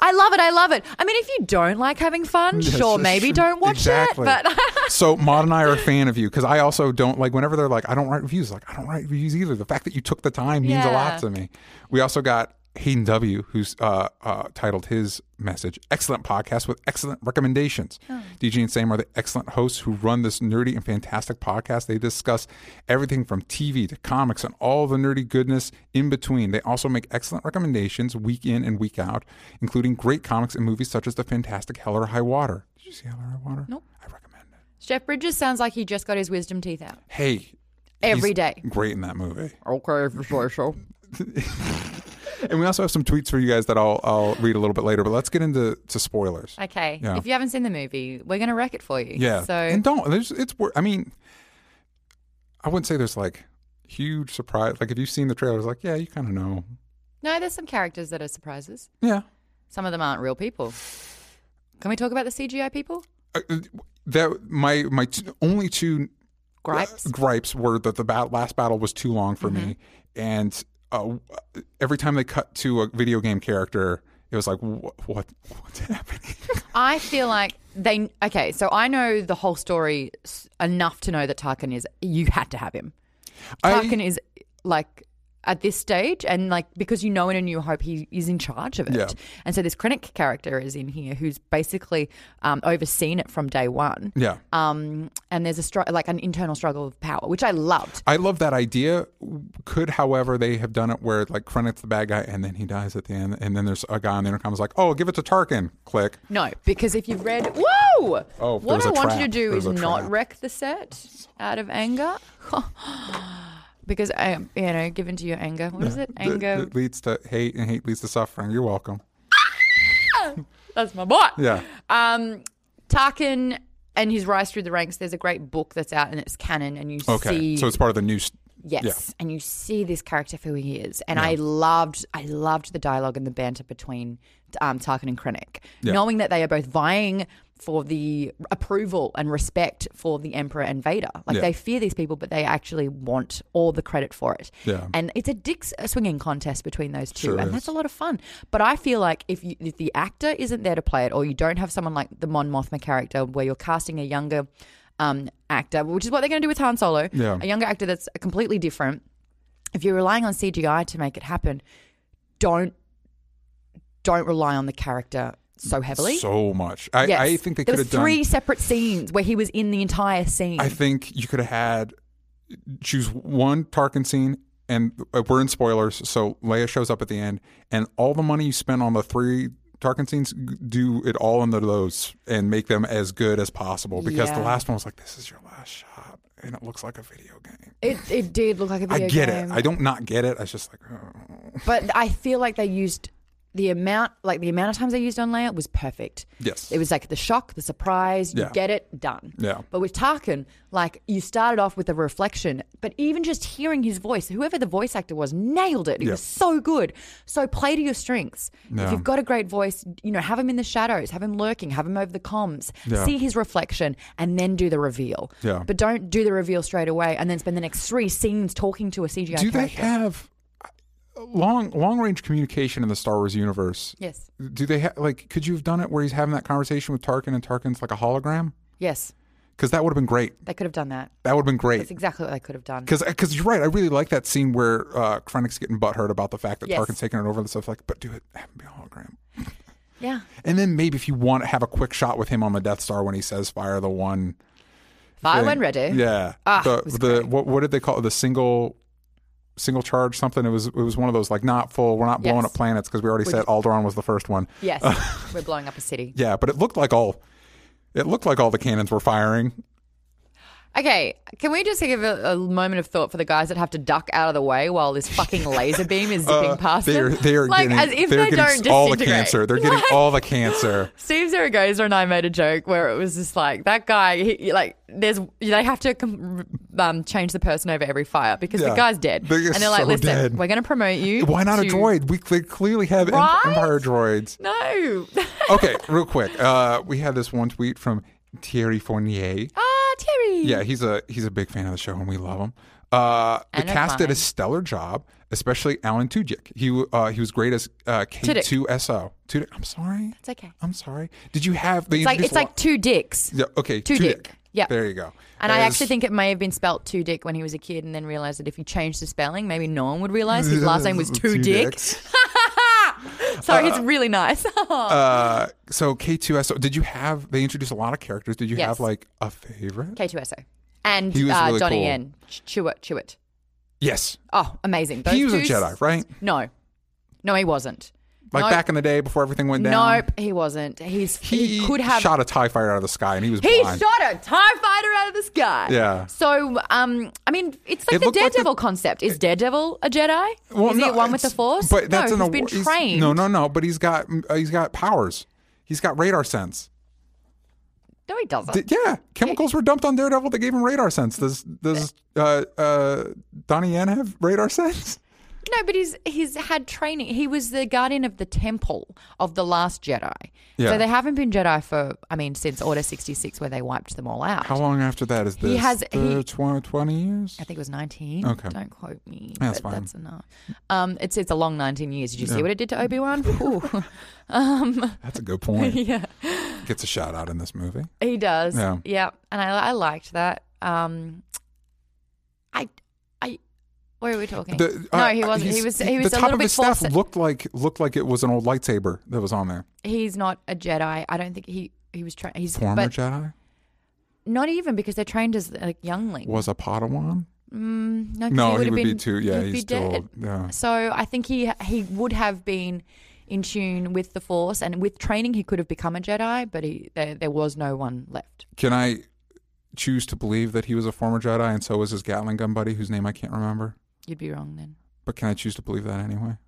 Speaker 2: I love it. I love it. I mean, if you don't like having fun, sure,
Speaker 1: Yes,
Speaker 2: maybe
Speaker 1: sure.
Speaker 2: don't watch
Speaker 1: exactly.
Speaker 2: it. But
Speaker 1: so Maud and I are a fan of you because I also don't like whenever they're like, I don't write reviews. Like I don't write reviews either. The fact that you took the time means a lot
Speaker 2: Yeah.
Speaker 1: to me. We also got Hayden W, who's uh, uh, titled his message "Excellent Podcast with Excellent Recommendations." DJ and Sam are the excellent hosts who run this nerdy and fantastic podcast. They discuss everything from TV to comics and all the nerdy goodness in between. They also make excellent recommendations week in and week out, including great comics and movies such as the fantastic Hell or High Water. Did you see Hell or High Water? Nope. I recommend it.
Speaker 2: Jeff Bridges sounds like he just got his wisdom teeth out.
Speaker 1: Hey.
Speaker 2: Every
Speaker 1: he's
Speaker 2: day.
Speaker 1: Great in that movie.
Speaker 2: Okay, if you say so.
Speaker 1: And we also have some tweets for you guys that I'll I'll read a little bit later, but let's get into to spoilers.
Speaker 2: Okay.
Speaker 1: Yeah.
Speaker 2: If you haven't seen the movie, we're going to wreck it for you.
Speaker 1: yeah.
Speaker 2: So
Speaker 1: and don't there's it's wor- I mean I wouldn't say there's like huge surprise like if you've seen the trailers like yeah, you kind of know.
Speaker 2: no, there's some characters that are surprises.
Speaker 1: Yeah.
Speaker 2: Some of them aren't real people. Can we talk about the CGI people?
Speaker 1: Uh, uh, that my my t- only two
Speaker 2: Gripes.
Speaker 1: gripes were that the bat- last battle was too long for me,
Speaker 2: Mm-hmm.
Speaker 1: and uh, every time they cut to a video game character, it was like, wha what what's happening?
Speaker 2: I feel like they. Okay, so I know the whole story s- enough to know that Tarkin is. You had to have him.
Speaker 1: I-
Speaker 2: Tarkin is like at this stage, and like because you know in A New Hope he is in charge of it,
Speaker 1: Yeah.
Speaker 2: and so this Krennic character is in here who's basically um, overseen it from day one.
Speaker 1: yeah,
Speaker 2: Um, and there's a str- like an internal struggle of power, which I loved.
Speaker 1: I love that idea. Could, however, they have done it where like Krennic's the bad guy, and then he dies at the end, and then there's a guy on the intercom who's like, "Oh, give it to Tarkin." Click.
Speaker 2: No, because if you've read, whoa,
Speaker 1: Oh, there
Speaker 2: what
Speaker 1: was
Speaker 2: I
Speaker 1: a
Speaker 2: want
Speaker 1: trap.
Speaker 2: you to do
Speaker 1: There
Speaker 2: is
Speaker 1: was a
Speaker 2: not
Speaker 1: trap.
Speaker 2: wreck the set out of anger, because I, you know, given to your anger, what is it?
Speaker 1: That-
Speaker 2: Anger.
Speaker 1: that leads to hate, and hate leads to suffering. You're welcome.
Speaker 2: That's my boy.
Speaker 1: Yeah,
Speaker 2: Um, Tarkin and his rise through the ranks. There's a great book that's out and it's canon, and you
Speaker 1: okay.
Speaker 2: see,
Speaker 1: So it's part of the new. s-
Speaker 2: yes,
Speaker 1: yeah.
Speaker 2: and you see this character for who he is. And I loved, I loved the dialogue and the banter between um, Tarkin and Krennic, knowing that they are both vying for the approval and respect for the Emperor and Vader. Like
Speaker 1: Yeah.
Speaker 2: they fear these people, but they actually want all the credit for it.
Speaker 1: Yeah.
Speaker 2: And it's a dick s- a swinging contest between those two,
Speaker 1: Um, Sure
Speaker 2: and
Speaker 1: is.
Speaker 2: that's a lot of fun. But I feel like if, you, if the actor isn't there to play it, or you don't have someone like the Mon Mothma character, where you're casting a younger um, actor, which is what they're going to do with Han Solo,
Speaker 1: Yeah.
Speaker 2: a younger actor that's completely different. If you're relying on CGI to make it happen, don't don't rely on the character so heavily.
Speaker 1: So much. I,
Speaker 2: Yes.
Speaker 1: I think they
Speaker 2: there
Speaker 1: could
Speaker 2: was
Speaker 1: have done
Speaker 2: three separate scenes where he was in the entire scene.
Speaker 1: I think you could have had choose one Tarkin scene, and uh, we're in spoilers, so Leia shows up at the end, and all the money you spent on the three Tarkin scenes, g- do it all into those and make them as good as possible. Because the
Speaker 2: Yeah.
Speaker 1: last one was like, this is your last shot, and it looks like a video game.
Speaker 2: it, it did look like a
Speaker 1: I
Speaker 2: video
Speaker 1: get
Speaker 2: game.
Speaker 1: it. I don't not get it. I was just like, oh.
Speaker 2: But I feel like they used the amount, like the amount of times they used on Leia was perfect.
Speaker 1: yes,
Speaker 2: It was like the shock, the surprise, you
Speaker 1: Yeah.
Speaker 2: get it, done.
Speaker 1: Yeah.
Speaker 2: But with Tarkin, like you started off with a reflection, but even just hearing his voice, whoever the voice actor was, nailed it. It
Speaker 1: Yeah.
Speaker 2: was so good. So play to your strengths. If you've got a great voice, you know, have him in the shadows, have him lurking, have him over the comms,
Speaker 1: Yeah.
Speaker 2: see his reflection, and then do the reveal.
Speaker 1: Yeah.
Speaker 2: But don't do the reveal straight away and then spend the next three scenes talking to a CGI
Speaker 1: Do they
Speaker 2: character.
Speaker 1: have uh, long long range communication in the Star Wars universe?
Speaker 2: yes.
Speaker 1: Do they have like? Could you have done it where he's having that conversation with Tarkin, and Tarkin's like a hologram?
Speaker 2: Yes.
Speaker 1: Because that would have been great.
Speaker 2: They could have done that.
Speaker 1: That would have been great.
Speaker 2: That's exactly what they could have done.
Speaker 1: Because you're right. I really like that scene where uh, Krennic's getting butthurt about the fact that
Speaker 2: Yes.
Speaker 1: Tarkin's taking it over and stuff. Like, but do it. Have him be a hologram.
Speaker 2: Yeah.
Speaker 1: And then maybe if you want to have a quick shot with him on the Death Star when he says fire the one.
Speaker 2: Fire
Speaker 1: thing.
Speaker 2: when ready.
Speaker 1: Yeah.
Speaker 2: Ah,
Speaker 1: the
Speaker 2: it was
Speaker 1: the
Speaker 2: great.
Speaker 1: what, what did they call it? The single single charge something. It was it was one of those like not full. We're not blowing
Speaker 2: Yes.
Speaker 1: up planets because we already said Alderaan was the first one.
Speaker 2: Yes. We're blowing up a city.
Speaker 1: Yeah, but it looked like all it looked like all the cannons were firing.
Speaker 2: Okay, can we just give a, a moment of thought for the guys that have to duck out of the way while this fucking laser beam is zipping past
Speaker 1: Uh, They are,
Speaker 2: them?
Speaker 1: they are
Speaker 2: like
Speaker 1: getting,
Speaker 2: as if
Speaker 1: they're
Speaker 2: they
Speaker 1: getting
Speaker 2: don't
Speaker 1: all the
Speaker 2: disintegrate.
Speaker 1: cancer. They're getting
Speaker 2: Like,
Speaker 1: all the cancer.
Speaker 2: Steve Zaragoza and I made a joke where it was just like that guy. He, like, there's they have to com- um, change the person over every fire because
Speaker 1: Yeah.
Speaker 2: the guy's dead,
Speaker 1: They're
Speaker 2: and they're like,
Speaker 1: so
Speaker 2: "Listen,
Speaker 1: dead.
Speaker 2: we're going to promote you.
Speaker 1: Why not a
Speaker 2: to-
Speaker 1: droid? We cl- clearly have em-
Speaker 2: Right?
Speaker 1: Empire droids.
Speaker 2: No,
Speaker 1: Okay, real quick. Uh, we had this one tweet from Thierry Fournier.
Speaker 2: ah, Terry.
Speaker 1: Yeah, he's a he's a big fan of the show, and we love him. Uh, the
Speaker 2: And
Speaker 1: cast did a
Speaker 2: O'Brien.
Speaker 1: stellar job, especially Alan Tudyk. He w- uh, he was great as uh, K
Speaker 2: Tudyk.
Speaker 1: two S O. Tudyk. I'm sorry.
Speaker 2: it's okay.
Speaker 1: I'm sorry. Did you have the?
Speaker 2: It's like it's like two dicks.
Speaker 1: yeah, okay.
Speaker 2: Tudyk. Yeah.
Speaker 1: There you go.
Speaker 2: And I
Speaker 1: As-
Speaker 2: actually think it may have been spelt two dick when he was a kid, and then realized that if you changed the spelling, maybe no one would realize his last name was two dick.
Speaker 1: Dicks.
Speaker 2: So it's really nice.
Speaker 1: Uh, so K2SO. Did you have? They introduced a lot of characters. Did you
Speaker 2: Yes.
Speaker 1: have like a favorite?
Speaker 2: K2SO and
Speaker 1: He was
Speaker 2: uh,
Speaker 1: really
Speaker 2: Donnie
Speaker 1: cool.
Speaker 2: Yen, Ch- Chewit, Chewit.
Speaker 1: yes,
Speaker 2: Oh, amazing! Those
Speaker 1: he was a
Speaker 2: two s-
Speaker 1: Jedi, right?
Speaker 2: No, no, he wasn't.
Speaker 1: Like
Speaker 2: Nope.
Speaker 1: back in the day before everything went down.
Speaker 2: Nope, he wasn't. He's
Speaker 1: He,
Speaker 2: he, could have.
Speaker 1: shot a Tie Fighter out of the sky, and he was
Speaker 2: he
Speaker 1: blind.
Speaker 2: shot a Tie Fighter out of the sky.
Speaker 1: Yeah.
Speaker 2: So, um, I mean, it's like
Speaker 1: It
Speaker 2: the
Speaker 1: looked like the-
Speaker 2: Daredevil concept. Is Daredevil a Jedi?
Speaker 1: Well,
Speaker 2: Is he
Speaker 1: no,
Speaker 2: at one with the
Speaker 1: it's-
Speaker 2: Force?
Speaker 1: But that's
Speaker 2: no,
Speaker 1: an
Speaker 2: he's
Speaker 1: awa-
Speaker 2: been
Speaker 1: he's-
Speaker 2: trained.
Speaker 1: No, no, no. But he's got uh, he's got powers. He's got radar sense.
Speaker 2: No, he doesn't.
Speaker 1: D- yeah, chemicals were dumped on Daredevil. They gave him radar sense. Does does uh, uh, Donnie Yen have radar sense?
Speaker 2: No, but he's he's had training. He was the guardian of the temple of the last Jedi.
Speaker 1: Yeah.
Speaker 2: So they haven't been Jedi for I mean since Order sixty six where they wiped them all out.
Speaker 1: How long after that is this?
Speaker 2: He has-
Speaker 1: the
Speaker 2: he-
Speaker 1: tw- twenty years.
Speaker 2: I think it was nineteen.
Speaker 1: Okay.
Speaker 2: Don't quote me.
Speaker 1: That's
Speaker 2: but
Speaker 1: fine.
Speaker 2: That's enough. Um, it's it's a long nineteen years. Did you see what it did to Obi Wan? Ooh. um,
Speaker 1: That's a good point.
Speaker 2: yeah,
Speaker 1: Gets a shout out in this movie.
Speaker 2: he does.
Speaker 1: Yeah.
Speaker 2: and I I liked that. Um, I I where are we talking?
Speaker 1: The-
Speaker 2: no,
Speaker 1: uh,
Speaker 2: he wasn't. He
Speaker 1: he's-
Speaker 2: was he
Speaker 1: the
Speaker 2: was a
Speaker 1: top
Speaker 2: little
Speaker 1: of
Speaker 2: bit
Speaker 1: his staff
Speaker 2: forced.
Speaker 1: looked like looked like it was an old lightsaber that was on there.
Speaker 2: He's not a Jedi. I don't think he he was trained. He's
Speaker 1: Former
Speaker 2: but-
Speaker 1: Jedi
Speaker 2: Not even because they're trained as like younglings.
Speaker 1: was a Padawan.
Speaker 2: Mm, no,
Speaker 1: No,
Speaker 2: 'cause he,
Speaker 1: he
Speaker 2: have
Speaker 1: would be
Speaker 2: been,
Speaker 1: too- yeah,
Speaker 2: he'd
Speaker 1: he's
Speaker 2: be
Speaker 1: still-
Speaker 2: dead.
Speaker 1: yeah.
Speaker 2: So I think he he would have been in tune with the Force, and with training he could have become a Jedi, but he there, there was no one left.
Speaker 1: Can I choose to believe that he was a former Jedi and so was his Gatling gun buddy, whose name I can't remember?
Speaker 2: You'd be wrong then.
Speaker 1: But can I choose to believe that anyway?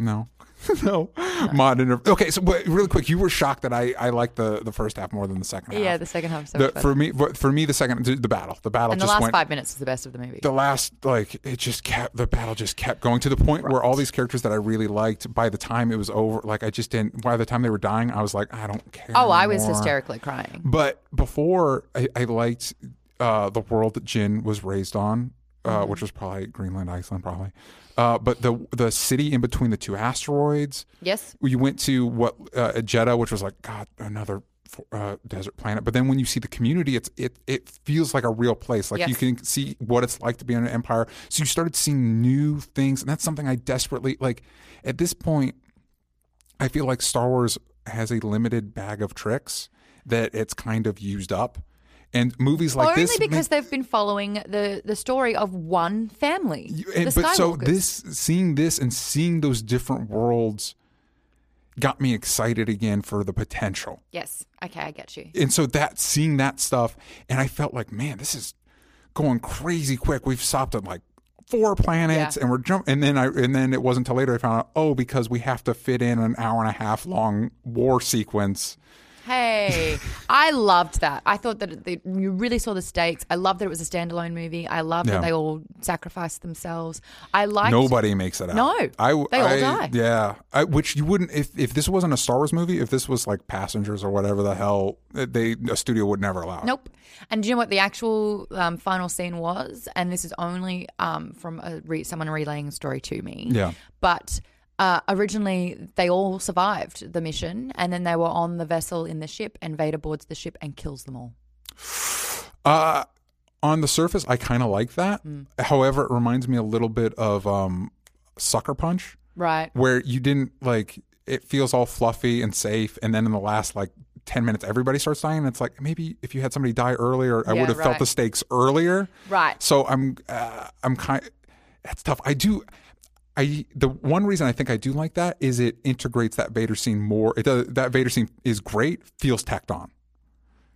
Speaker 1: No, no. Mod inter- okay, so but really quick, you were shocked that I I liked the the first half more than the second half.
Speaker 2: Yeah, the second half. So
Speaker 1: The-
Speaker 2: much better.
Speaker 1: for me, but for me, the second the battle, the battle
Speaker 2: and the
Speaker 1: just
Speaker 2: last
Speaker 1: went.
Speaker 2: five minutes is the best of the movie.
Speaker 1: the last like it just kept the battle just kept going to the point where all these characters that I really liked by the time it was over like I just didn't by the time they were dying I was like I don't care
Speaker 2: oh, I was
Speaker 1: anymore.
Speaker 2: hysterically crying.
Speaker 1: but before I, I liked uh, the world that Jin was raised on uh,
Speaker 2: Mm-hmm.
Speaker 1: which was probably Greenland Iceland probably uh, but the the city in between the two asteroids
Speaker 2: Yes,
Speaker 1: you went to what uh, Jeddah, which was like God, another uh, desert planet. But then when you see the community, it's it it feels like a real place. Like
Speaker 2: Yes.
Speaker 1: you can see what it's like to be in an empire. So you started seeing new things, and that's something I desperately like. At this point, I feel like Star Wars has a limited bag of tricks that it's kind of used up, and movies like
Speaker 2: only
Speaker 1: this. make-
Speaker 2: because they've been following the the story of one family.
Speaker 1: you- and-
Speaker 2: the
Speaker 1: but so
Speaker 2: Skywalkers.
Speaker 1: this seeing this and seeing those different worlds got me excited again for the potential
Speaker 2: Yes. Okay, I get you.
Speaker 1: and so that seeing that stuff and i felt like man this is going crazy quick we've stopped at like four planets
Speaker 2: Yeah.
Speaker 1: and we're jump and then i and then it wasn't until later i found out oh because we have to fit in an hour and a half long war sequence
Speaker 2: Hey, I loved that. I thought that it- you really saw the stakes. I loved that it was a standalone movie. I loved
Speaker 1: Yeah.
Speaker 2: that they all sacrificed themselves. I liked
Speaker 1: nobody makes it out
Speaker 2: No.
Speaker 1: i w-
Speaker 2: They all
Speaker 1: I-
Speaker 2: die.
Speaker 1: yeah I, which you wouldn't if if this wasn't a star wars movie if this was like passengers or whatever the hell eh, they a studio would never allow it.
Speaker 2: Nope. And do you know what the actual um, final scene was? And this is only um, from a re- someone relaying the story to me.
Speaker 1: Yeah.
Speaker 2: But uh, originally, they all survived the mission, and then they were on the vessel in the ship, and Vader boards the ship and kills them all.
Speaker 1: Uh, on the surface, I kind of like that.
Speaker 2: Mm.
Speaker 1: However, it reminds me a little bit of um, Sucker Punch,
Speaker 2: Right.
Speaker 1: where you didn't like it feels all fluffy and safe, and then in the last like ten minutes, everybody starts dying. And it's like maybe if you had somebody die earlier, I
Speaker 2: Yeah,
Speaker 1: would have felt
Speaker 2: right.
Speaker 1: the stakes earlier.
Speaker 2: Right.
Speaker 1: So I'm uh, I'm kind. That's tough. I do. I the one reason I think I do like that is it integrates that Vader scene more. It does that Vader scene is great. Feels tacked on.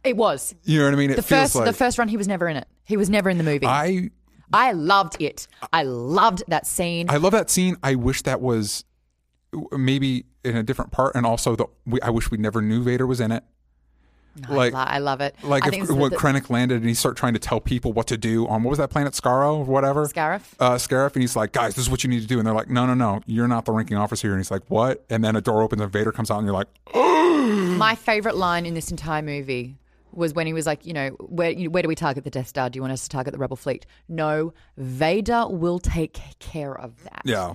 Speaker 2: It was
Speaker 1: You know what I mean? It
Speaker 2: the
Speaker 1: feels
Speaker 2: first.
Speaker 1: like
Speaker 2: the first run, he was never in it. He was never in the movie. I,
Speaker 1: I
Speaker 2: loved it. I loved that scene.
Speaker 1: I love that scene. I wish that was uh, maybe in a different part, and also the we, I wish we never knew Vader was in it.
Speaker 2: I
Speaker 1: like-
Speaker 2: lo- I love it.
Speaker 1: Like
Speaker 2: I
Speaker 1: if
Speaker 2: it's the-
Speaker 1: when
Speaker 2: the-
Speaker 1: Krennic landed and he started trying to tell people what to do on what was that planet Scarrow or whatever
Speaker 2: Scarif.
Speaker 1: uh, Scarif, and he's like, guys, this is what you need to do, and they're like, no, no, no, you're not the ranking officer here, and he's like, what? And then a door opens and Vader comes out, and you're like,
Speaker 2: My favorite line in this entire movie was when he was like, you know, where you, where do we target the Death Star? Do you want us to target the Rebel fleet? No, Vader will take care of that.
Speaker 1: Yeah.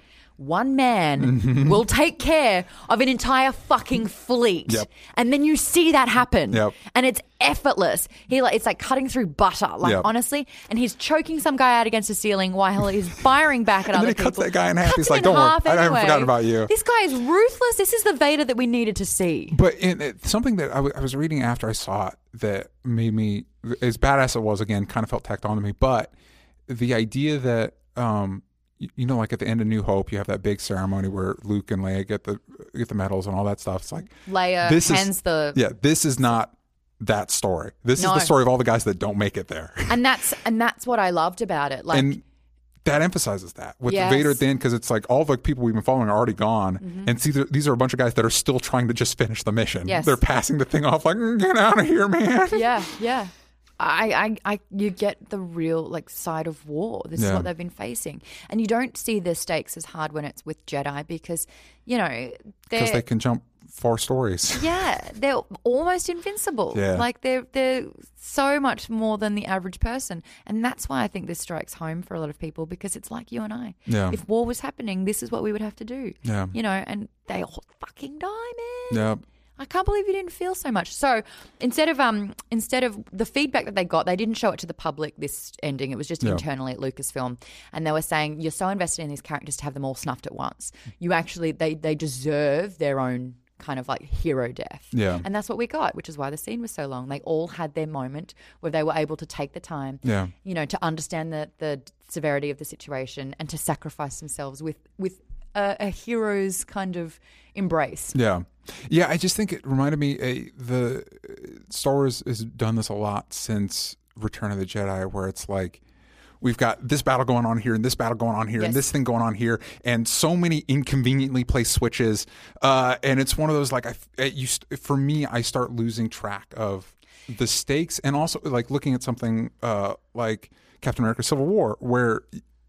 Speaker 2: One man will take care of an entire fucking fleet.
Speaker 1: Yep.
Speaker 2: And then you see that happen.
Speaker 1: Yep.
Speaker 2: And it's effortless. He like it's like cutting through butter, like
Speaker 1: Yep.
Speaker 2: honestly. And he's choking some guy out against the ceiling while he's firing back
Speaker 1: And
Speaker 2: at other
Speaker 1: then he
Speaker 2: people.
Speaker 1: cuts that guy in half.
Speaker 2: Cuts
Speaker 1: He's
Speaker 2: him
Speaker 1: like,
Speaker 2: in
Speaker 1: "Don't worry.
Speaker 2: half
Speaker 1: I haven't
Speaker 2: anyway.
Speaker 1: forgotten about you."
Speaker 2: This guy is ruthless. This is the Vader that we needed to see.
Speaker 1: But in it, something that I wa- I was reading after I saw it that made me, as badass as it was, again, kind of felt tacked on to me. But the idea that, um, y- you know, like at the end of New Hope, you have that big ceremony where Luke and Leia get the get the medals and all that stuff. It's like
Speaker 2: Leia
Speaker 1: This is-
Speaker 2: hands the
Speaker 1: yeah, this is not that story. This
Speaker 2: No.
Speaker 1: is the story of all the guys that don't make it there,
Speaker 2: and that's and that's what I loved about it. Like
Speaker 1: and that emphasizes that with
Speaker 2: Yes. Mm-hmm.
Speaker 1: Vader at the end because it's like all the people we've been following are already gone, and see, th- these are a bunch of guys that are still trying to just finish the mission.
Speaker 2: Yes.
Speaker 1: They're passing the thing off like, "Mm, get out of here, man.
Speaker 2: yeah, yeah. I, I, I, you get the real like side of war. This is
Speaker 1: Yeah.
Speaker 2: what they've been facing, and you don't see the stakes as hard when it's with Jedi because you know
Speaker 1: because
Speaker 2: they're
Speaker 1: they can jump four stories.
Speaker 2: yeah they're almost invincible.
Speaker 1: Yeah.
Speaker 2: Like they're they're so much more than the average person, and that's why I think this strikes home for a lot of people because it's like you and I.
Speaker 1: Yeah.
Speaker 2: If war was happening, this is what we would have to do.
Speaker 1: Yeah.
Speaker 2: You know, and they all fucking die, man.
Speaker 1: Yeah,
Speaker 2: I can't believe you didn't feel so much. So instead of um instead of the feedback that they got, they didn't show it to the public this ending. It was just internally at Lucasfilm. And they were saying, You're so invested in these characters to have them all snuffed at once. You actually they they deserve their own kind of like hero death.
Speaker 1: Yeah.
Speaker 2: And that's what we got, which is why the scene was so long. They all had their moment where they were able to take the time
Speaker 1: Yeah.
Speaker 2: you know, to understand the the severity of the situation and to sacrifice themselves with with a, a hero's kind of embrace.
Speaker 1: yeah, yeah. I just think it reminded me uh, the uh, Star Wars has done this a lot since Return of the Jedi, where it's like we've got this battle going on here and this battle going on here
Speaker 2: Yes.
Speaker 1: and this thing going on here, and so many inconveniently placed switches. Uh, and it's one of those like I, f- uh, you st- for me, I start losing track of the stakes, and also like looking at something uh, like Captain America: Civil War, where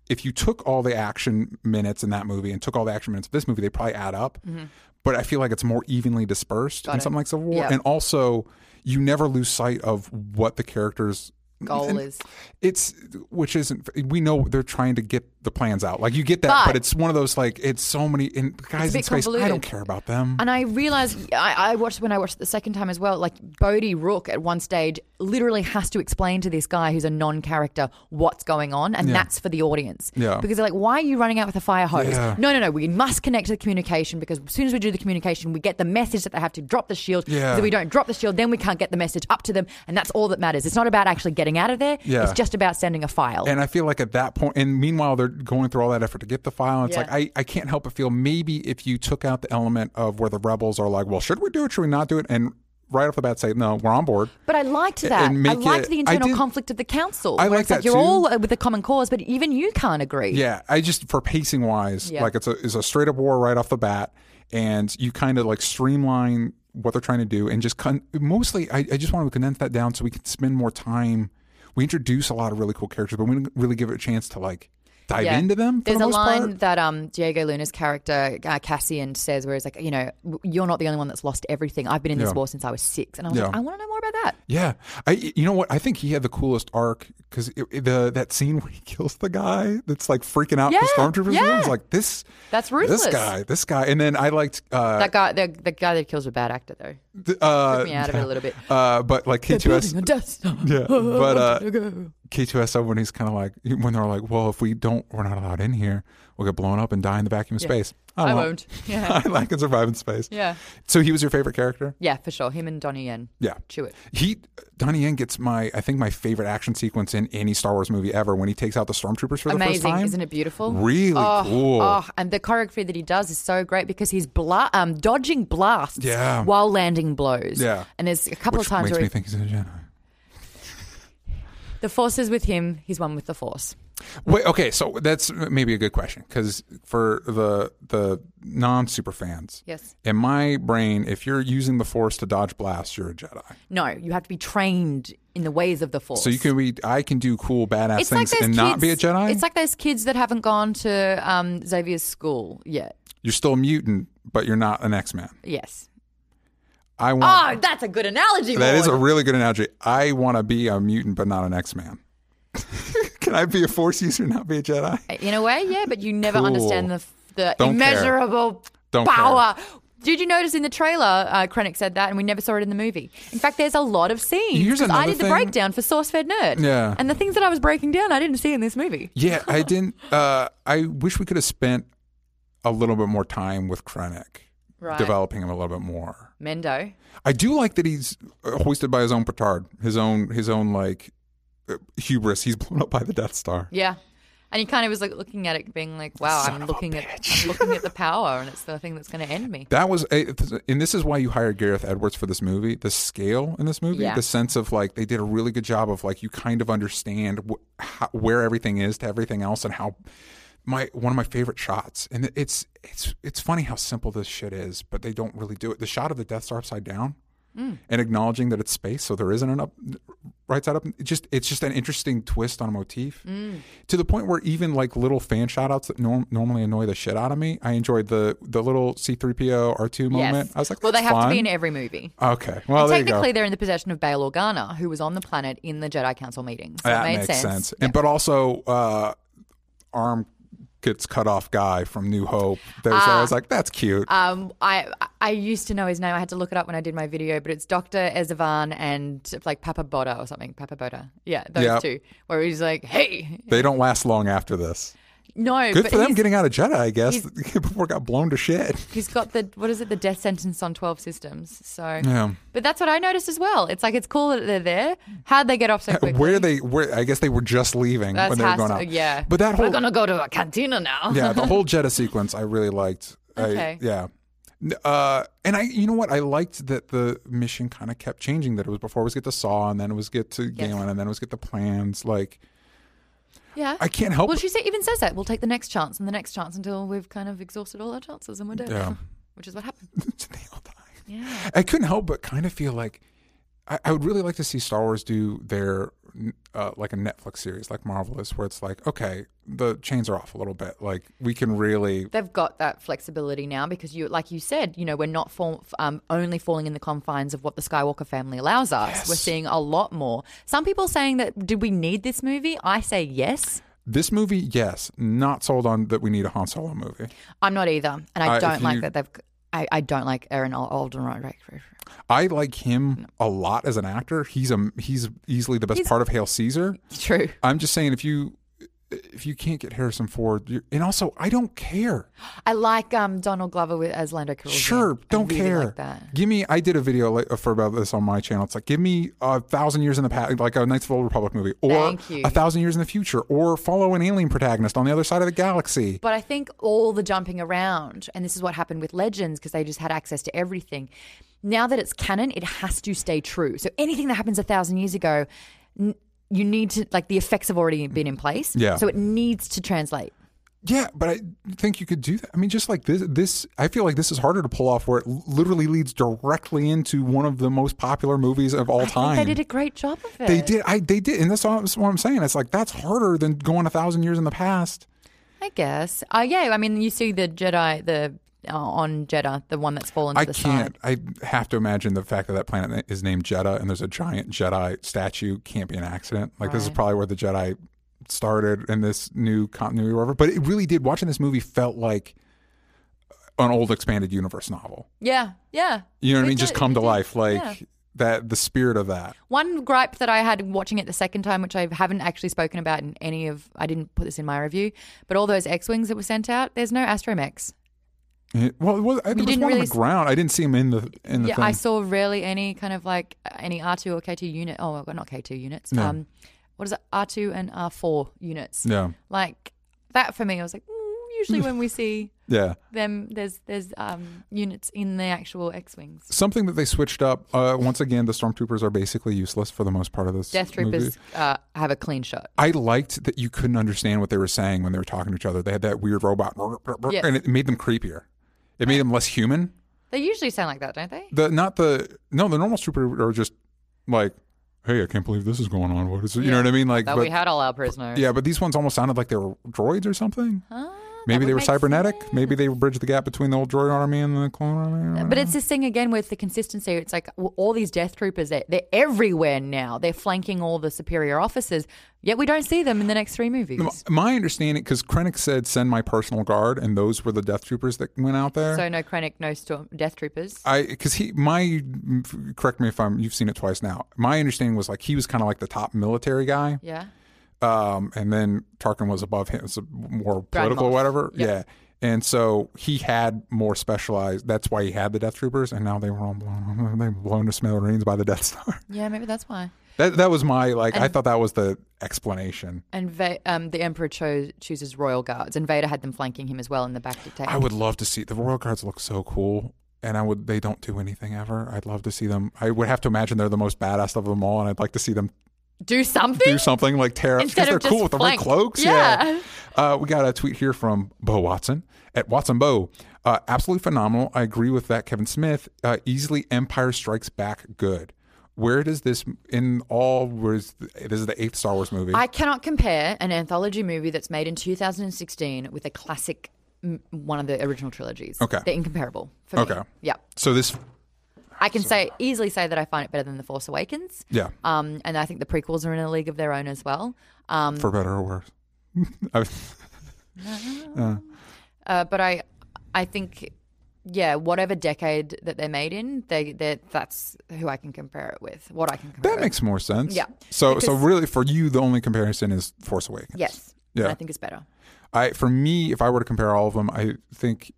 Speaker 1: if you took all the action minutes in that movie and took all the action minutes of this movie, they probably add up.
Speaker 2: Mm-hmm.
Speaker 1: But I feel like it's more evenly dispersed in something like Civil War,
Speaker 2: Yeah.
Speaker 1: and also you never lose sight of what the characters
Speaker 2: Goal
Speaker 1: and-
Speaker 2: is
Speaker 1: it's which isn't we know they're trying to get the plans out like you get that
Speaker 2: But-
Speaker 1: but, it's one of those like it's so many and the guys
Speaker 2: It's
Speaker 1: in
Speaker 2: a bit
Speaker 1: space i
Speaker 2: convoluted.
Speaker 1: don't care about them
Speaker 2: And I realized I, I watched when I watched it the second time as well. Like Bodhi Rook at one stage literally has to explain to this guy who's a non-character what's going on, and that's for the audience.
Speaker 1: Yeah.
Speaker 2: Because they're like, "Why are you running out with a fire hose?"
Speaker 1: Yeah.
Speaker 2: No, no, no. We must connect to the communication because as soon as we do the communication, we get the message that they have to drop the shield.
Speaker 1: Yeah.
Speaker 2: If we don't drop the shield, then we can't get the message up to them, and that's all that matters. It's not about actually getting out of there.
Speaker 1: Yeah.
Speaker 2: It's just about sending a file.
Speaker 1: and i feel like at that point and meanwhile they're going through all that effort to get the file and it's
Speaker 2: Yeah.
Speaker 1: like I, I can't help but feel maybe if you took out the element of where the rebels are like well should we do it should we not do it and right off the bat say no we're on board
Speaker 2: But I liked that.
Speaker 1: and
Speaker 2: I
Speaker 1: make
Speaker 2: liked
Speaker 1: it-
Speaker 2: the
Speaker 1: I
Speaker 2: internal
Speaker 1: did-
Speaker 2: conflict of the council.
Speaker 1: I
Speaker 2: where
Speaker 1: like
Speaker 2: it's like
Speaker 1: that
Speaker 2: you're
Speaker 1: too.
Speaker 2: all uh, with a common cause, but even you can't agree.
Speaker 1: Yeah, I just for pacing wise,
Speaker 2: Yeah.
Speaker 1: like it's a it's a straight up war right off the bat, and you kind of like streamline what they're trying to do, and just con- mostly I, I just want to condense that down so we can spend more time. We introduce a lot of really cool characters, but we don't really give it a chance to like dive
Speaker 2: Yeah.
Speaker 1: into them. For
Speaker 2: There's
Speaker 1: the
Speaker 2: a
Speaker 1: most
Speaker 2: line
Speaker 1: part.
Speaker 2: that um, Diego Luna's character uh, Cassian says, where he's like, you know, w- you're not the only one that's lost everything. I've been in this
Speaker 1: Yeah.
Speaker 2: war since I was six, and I was like,
Speaker 1: Yeah.
Speaker 2: I want to know more about that.
Speaker 1: Yeah, I you know what I think he had the coolest arc because the that scene where he kills the guy that's like freaking out
Speaker 2: Yeah,
Speaker 1: the stormtroopers.
Speaker 2: yeah.
Speaker 1: It's like this.
Speaker 2: That's ruthless.
Speaker 1: This guy, this guy, and then I liked uh,
Speaker 2: That guy, the, the guy that kills a bad actor, though,
Speaker 1: th- uh,
Speaker 2: took me out of it a little bit.
Speaker 1: uh, but like K two S
Speaker 2: Building a Death Star.
Speaker 1: Yeah, but uh,
Speaker 2: Go.
Speaker 1: K2SO uh, when he's kind of like when they're like, well, if we don't, we're not allowed in here. We'll get blown up and die in the vacuum of space.
Speaker 2: I
Speaker 1: like-
Speaker 2: won't. Yeah.
Speaker 1: I like and survive in space.
Speaker 2: Yeah.
Speaker 1: So he was your favorite character?
Speaker 2: Yeah, for sure. Him and Donnie Yen.
Speaker 1: Yeah.
Speaker 2: Chew it.
Speaker 1: He Donnie Yen gets my I think my favorite action sequence in any Star Wars movie ever when he takes out the stormtroopers for the first
Speaker 2: Amazing.
Speaker 1: time.
Speaker 2: Isn't it beautiful?
Speaker 1: Really
Speaker 2: oh,
Speaker 1: cool.
Speaker 2: Oh, and the choreography that he does is so great because he's bla- um, dodging blasts
Speaker 1: Yeah.
Speaker 2: while landing blows.
Speaker 1: Yeah.
Speaker 2: And there's a couple
Speaker 1: Which
Speaker 2: of times
Speaker 1: makes
Speaker 2: where
Speaker 1: me
Speaker 2: he-
Speaker 1: think he's a Jedi.
Speaker 2: the force is with him, he's one with the force.
Speaker 1: Wait, okay, so that's maybe a good question because for the the non super fans,
Speaker 2: Yes.
Speaker 1: in my brain, if you're using the Force to dodge blasts, you're a Jedi.
Speaker 2: No, you have to be trained in the ways of the force.
Speaker 1: So you can be, I can do cool badass things and not be a Jedi.
Speaker 2: It's like those kids that haven't gone to um, Xavier's school yet.
Speaker 1: you're still a mutant, but you're not an X Man.
Speaker 2: Yes.
Speaker 1: I
Speaker 2: Oh,
Speaker 1: want
Speaker 2: that's a good analogy.
Speaker 1: that is a
Speaker 2: Ward.
Speaker 1: really good analogy. I want to be a mutant, but not an X Man. can I be a Force user, and not be a Jedi?
Speaker 2: in a way, yeah, but you never
Speaker 1: Cool.
Speaker 2: understand the the
Speaker 1: Don't care.
Speaker 2: immeasurable
Speaker 1: Don't care.
Speaker 2: power. Did you notice in the trailer, uh, Krennic said that, and we never saw it in the movie. In fact, there's a lot of scenes.
Speaker 1: Here's
Speaker 2: 'cause I
Speaker 1: another
Speaker 2: did the
Speaker 1: thing.
Speaker 2: breakdown for Source Fed Nerd.
Speaker 1: Yeah.
Speaker 2: And the things that I was breaking down, I didn't see in this movie.
Speaker 1: Yeah, I didn't. Uh, I wish we could have spent a little bit more time with Krennic,
Speaker 2: Right.
Speaker 1: developing him a little bit more.
Speaker 2: Mendo.
Speaker 1: I do like that he's uh, hoisted by his own petard, his own his own like uh, hubris. He's blown up by the Death Star.
Speaker 2: Yeah. And he kind of was like looking at it, being like, "Wow, I'm looking at I'm looking at the power, and it's the thing that's going to end me."
Speaker 1: That was, a, and this is why you hired Gareth Edwards for this movie. The scale in this movie,
Speaker 2: Yeah.
Speaker 1: the sense of like they did a really good job of like you kind of understand wh- how, where everything is to everything else, and how my one of my favorite shots. And it's it's it's funny how simple this shit is, but they don't really do it. The shot of the Death Star upside down Hmm. and acknowledging that it's space, so there isn't an up right side up. It just it's just an interesting twist on a motif
Speaker 2: Hmm.
Speaker 1: to the point where even like little fan shout outs that norm- normally annoy the shit out of me, I enjoyed the the little C3PO R2 moment.
Speaker 2: Yes.
Speaker 1: I was like,
Speaker 2: well, they
Speaker 1: "That's
Speaker 2: have to be
Speaker 1: fun."
Speaker 2: in every movie.
Speaker 1: Okay, well there you go.
Speaker 2: Technically, they're in the possession of Bail Organa, who was on the planet in the Jedi Council meetings. So
Speaker 1: that
Speaker 2: it made
Speaker 1: makes sense.
Speaker 2: sense.
Speaker 1: And but also, uh, arm gets cut off guy from New Hope. There's, I
Speaker 2: Uh,
Speaker 1: was like, that's cute.
Speaker 2: Um, I I used to know his name. I had to look it up when I did my video, but it's Doctor Ezevan and like Papa Boda or something. Papa Boda, yeah, those
Speaker 1: Yeah.
Speaker 2: two. Where he's like, "Hey,
Speaker 1: they don't last long after this.
Speaker 2: no,"
Speaker 1: Good
Speaker 2: but
Speaker 1: for them
Speaker 2: he's-
Speaker 1: getting out of Jedi, I guess, before it got blown to shit.
Speaker 2: he's got the what is it? The death sentence on twelve systems. So,
Speaker 1: Yeah.
Speaker 2: but that's what I noticed as well. It's like it's cool that they're there. How'd they get off so quickly?
Speaker 1: Where they where I guess they were just leaving
Speaker 2: That's
Speaker 1: when they were
Speaker 2: has
Speaker 1: going
Speaker 2: to-
Speaker 1: out.
Speaker 2: yeah.
Speaker 1: But that
Speaker 2: We're
Speaker 1: whole
Speaker 2: gonna go to a cantina now.
Speaker 1: yeah, the whole Jetta sequence I really liked. I-
Speaker 2: Okay.
Speaker 1: yeah. N- Uh, and I, you know what, I liked that the mission kind of kept changing. That it was before it was get to Saw, and then it was get to Galen, and then it was get the plans. Like
Speaker 2: Yeah.
Speaker 1: I can't help.
Speaker 2: well, she say, even says that we'll take the next chance and the next chance until we've kind of exhausted all our chances and we're dead.
Speaker 1: Yeah.
Speaker 2: Which is what happened.
Speaker 1: they all die. Yeah. I couldn't help but kind of feel like I, I would really like to see Star Wars do their uh, like a Netflix series like Marvelous, where it's like, okay, the chains are off a little bit. Like we can really
Speaker 2: They've got that flexibility now because you, like you said, you know, we're not fall, um, only falling in the confines of what the Skywalker family allows us. We're seeing a lot more. Some people saying that did we need this movie? I say yes.
Speaker 1: This movie, yes, not sold on that we need a Han Solo movie.
Speaker 2: I'm not either, and
Speaker 1: Uh,
Speaker 2: I
Speaker 1: if
Speaker 2: don't
Speaker 1: you-
Speaker 2: like that they've. I, I don't like Aaron Al- Alden.
Speaker 1: I like him a lot as an actor. He's a he's easily the best part of Hail Caesar.
Speaker 2: True.
Speaker 1: I'm just saying if you if you can't get Harrison Ford, you're, and also I don't care.
Speaker 2: I like um, Donald Glover with, as Lando Calrissian.
Speaker 1: Sure,
Speaker 2: Oh, I
Speaker 1: don't
Speaker 2: really
Speaker 1: care.
Speaker 2: Like that.
Speaker 1: Give me. I did a video like, uh, for about this on my channel. It's like give me a thousand years in the past, like a Knights of the Old Republic movie, or
Speaker 2: Thank you.
Speaker 1: a thousand years in the future, or follow an alien protagonist on the other side of the galaxy.
Speaker 2: But I think all the jumping around, and this is what happened with Legends because they just had access to everything. Now that it's canon, it has to stay true. So anything that happens a thousand years ago, n- you need to, like, the effects have already been in place.
Speaker 1: Yeah.
Speaker 2: So it needs to translate.
Speaker 1: Yeah, but I think you could do that. I mean, just like this, this I feel like this is harder to pull off, where it l- literally leads directly into one of the most popular movies of all
Speaker 2: I
Speaker 1: time.
Speaker 2: think they did a great job of it.
Speaker 1: They did. I. They did. And that's all- that's what I'm saying. It's like that's harder than going a thousand years in the past.
Speaker 2: I guess. Uh, yeah, I mean, you see the Jedi, the uh, on Jeddah, the one that's fallen to
Speaker 1: I
Speaker 2: the
Speaker 1: can't.
Speaker 2: side.
Speaker 1: I have to imagine the fact that that planet is named Jeddah and there's a giant Jedi statue can't be an accident. Like this is
Speaker 2: Right.
Speaker 1: probably where the Jedi started in this new continuity or whatever. But it really did. Watching this movie felt like an old expanded universe novel.
Speaker 2: Yeah, yeah.
Speaker 1: You know what I
Speaker 2: It
Speaker 1: mean? Just
Speaker 2: did-
Speaker 1: come
Speaker 2: it
Speaker 1: to
Speaker 2: did,
Speaker 1: life, like
Speaker 2: yeah.
Speaker 1: that. The spirit of that.
Speaker 2: One gripe that I had watching it the second time, which I haven't actually spoken about in any of, I didn't put this in my review, but all those X Wings that were sent out, there's no astromechs.
Speaker 1: It- well, it was, I, there was
Speaker 2: didn't
Speaker 1: one on
Speaker 2: really
Speaker 1: the
Speaker 2: s-
Speaker 1: ground. I didn't see him in the in the
Speaker 2: yeah,
Speaker 1: thing.
Speaker 2: I saw rarely any kind of like uh, any R two or K two unit. Oh, well, not K two units. Um, what is it? R two and R four units.
Speaker 1: yeah,
Speaker 2: Like that for me, I was like, "Ooh," usually when we see
Speaker 1: yeah.
Speaker 2: them, there's there's um units in the actual X wings.
Speaker 1: Something that they switched up. Uh, once again, the stormtroopers are basically useless for the most part of this.
Speaker 2: Death
Speaker 1: movie.
Speaker 2: troopers uh, have a clean shot.
Speaker 1: I liked that you couldn't understand what they were saying when they were talking to each other. They had that weird robot,
Speaker 2: Yes.
Speaker 1: and it made them creepier. It made them less human.
Speaker 2: They usually sound like that, don't they?
Speaker 1: The not the no, the normal trooper are just like, hey, I can't believe this is going on. What is it? You know what I mean? Like,
Speaker 2: That
Speaker 1: but-
Speaker 2: we had all our prisoners.
Speaker 1: yeah, but these ones almost sounded like they were droids or something.
Speaker 2: Ah,
Speaker 1: Maybe
Speaker 2: that
Speaker 1: they
Speaker 2: would
Speaker 1: were
Speaker 2: make
Speaker 1: cybernetic.
Speaker 2: sense.
Speaker 1: Maybe they bridged the gap between the old droid army and the clone army.
Speaker 2: But it's this thing again with the consistency. It's like w- all these death troopers, they're, they're everywhere now. They're flanking all the superior officers, yet we don't see them in the next three movies.
Speaker 1: My understanding, because Krennic said, "Send my personal guard," and those were the Death Troopers that went out there.
Speaker 2: So no Krennic, no storm, death troopers.
Speaker 1: I because he my correct me if I'm you've seen it twice now. My understanding was like he was kind of like the top military guy,
Speaker 2: yeah.
Speaker 1: um, and then Tarkin was above him, was more political or
Speaker 2: Moff.
Speaker 1: whatever.
Speaker 2: Yep.
Speaker 1: Yeah, and so he had more specialized. That's why he had the Death Troopers, and now they were all blown. They were blown to smithereens by the Death Star.
Speaker 2: Yeah, maybe that's why.
Speaker 1: That that was my like. I thought that was the explanation.
Speaker 2: And Va- um, the Emperor chose, chooses royal guards, and Vader had them flanking him as well in the back to take.
Speaker 1: I would love to see the Royal Guards look so cool. And I would, they don't do anything ever. I'd love to see them. I would have to imagine they're the most badass of them all, and I'd like to see them
Speaker 2: do something.
Speaker 1: do something like tear up because
Speaker 2: Instead
Speaker 1: they're
Speaker 2: of
Speaker 1: cool
Speaker 2: just
Speaker 1: with the red
Speaker 2: flank.
Speaker 1: cloaks.
Speaker 2: Yeah.
Speaker 1: Uh, we got a tweet here from Bo Watson at Watson Bo. Uh, absolutely phenomenal. I agree with that, Kevin Smith. Uh, easily Empire Strikes Back good. Where does this in all? Where's this is the eighth Star Wars movie?
Speaker 2: I cannot compare an anthology movie that's made in 2016 with a classic, m- one of the original trilogies.
Speaker 1: Okay.
Speaker 2: They're incomparable for me.
Speaker 1: Okay.
Speaker 2: Yeah.
Speaker 1: so this,
Speaker 2: I can say easily say that I find it better than The Force Awakens.
Speaker 1: yeah,
Speaker 2: Um, and I think the prequels are in a league of their own as well. Um,
Speaker 1: for better or worse. I was-
Speaker 2: uh, but I, I think, yeah, whatever decade that they're made in, they they that's who I can compare it with. What I can compare.
Speaker 1: that
Speaker 2: it
Speaker 1: makes more sense.
Speaker 2: Yeah.
Speaker 1: So so
Speaker 2: Because-
Speaker 1: really, for you, the only comparison is Force Awakens.
Speaker 2: with. yes.
Speaker 1: Yeah.
Speaker 2: And I think it's better.
Speaker 1: I for me, if I were to compare all of them, I think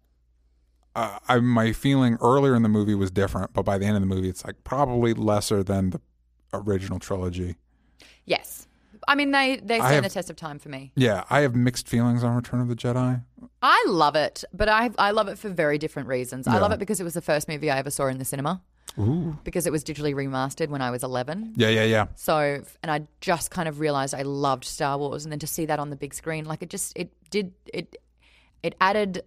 Speaker 1: uh, I my feeling earlier in the movie was different, but by the end of the movie, it's like probably lesser than the original trilogy.
Speaker 2: Yes. I mean, they they
Speaker 1: I
Speaker 2: stand
Speaker 1: have-
Speaker 2: the test of time for me.
Speaker 1: Yeah, I have mixed feelings on Return of the Jedi.
Speaker 2: I love it, but I I love it for very different reasons. I
Speaker 1: Yeah.
Speaker 2: love it because it was the first movie I ever saw in the cinema
Speaker 1: Ooh,
Speaker 2: because it was digitally remastered when I was 11.
Speaker 1: yeah, yeah, yeah.
Speaker 2: So, and I just kind of realized I loved Star Wars, and then to see that on the big screen, like it just it did it it added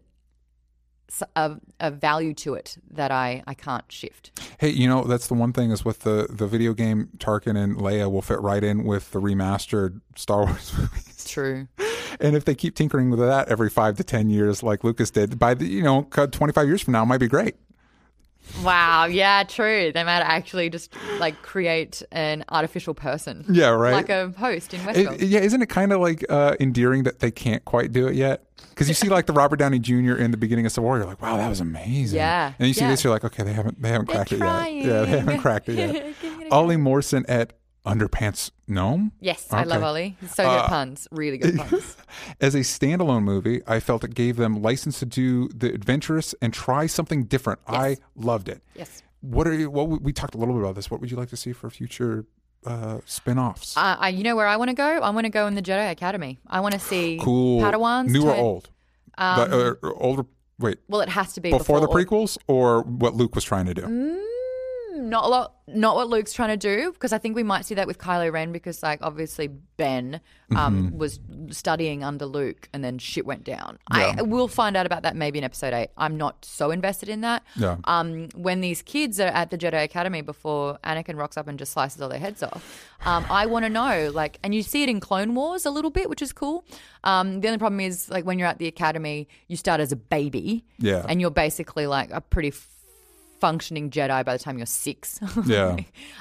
Speaker 2: s- a, a value to it that I I can't shift.
Speaker 1: Hey, you know that's the one thing is with the the video game Tarkin and Leia will fit right in with the remastered Star Wars movies,
Speaker 2: True.
Speaker 1: and if they keep tinkering with that every five to ten years, like Lucas did, by the you know twenty five years from now, it might be great.
Speaker 2: Wow. Yeah. True. They might actually just like create an artificial person.
Speaker 1: Yeah, right.
Speaker 2: Like a host in Westworld.
Speaker 1: It, yeah, isn't it kind of like uh, endearing that they can't quite do it yet? Because you see like the Robert Downey Jr. in the beginning of Civil War, you're like, wow, that was amazing.
Speaker 2: Yeah,
Speaker 1: And you see
Speaker 2: yeah.
Speaker 1: this, you're like, okay, they haven't they haven't
Speaker 2: They're
Speaker 1: cracked it
Speaker 2: trying.
Speaker 1: yet. Yeah, they haven't cracked it yet. Ollie Morrison at Underpants Gnome.
Speaker 2: Yes, I love
Speaker 1: Okay. Uh,
Speaker 2: Ollie. He's so good at puns. Really good at puns.
Speaker 1: As a standalone movie, I felt it gave them license to do the adventurous and try something different. I loved it.
Speaker 2: Yes.
Speaker 1: What are you? What would- we talked a little bit about this. What would you like to see for future uh, spin-offs?
Speaker 2: Uh, I, you know where I want to go? I want to go in the Jedi Academy. I want to see
Speaker 1: cool.
Speaker 2: Padawans.
Speaker 1: new or
Speaker 2: turn-
Speaker 1: old? the, uh, older. Wait,
Speaker 2: Well, it has to be
Speaker 1: before,
Speaker 2: before, Mm-hmm.
Speaker 1: the prequels or what Luke was trying to do?
Speaker 2: Not a lot. Not what Luke's trying to do, because I think we might see that with Kylo Ren, because like obviously Ben um,
Speaker 1: Mm-hmm.
Speaker 2: was studying under Luke, and then shit went down. I will find out about that maybe in Episode Eight. I'm not so invested in that.
Speaker 1: Yeah.
Speaker 2: Um, when these kids are at the Jedi Academy before Anakin rocks up and just slices all their heads off, um, I want to know like, and you see it in Clone Wars a little bit, which is cool. Um, the only problem is like when you're at the academy, you start as a baby.
Speaker 1: Yeah.
Speaker 2: And you're basically like a pretty f- functioning Jedi by the time you're six.
Speaker 1: Yeah.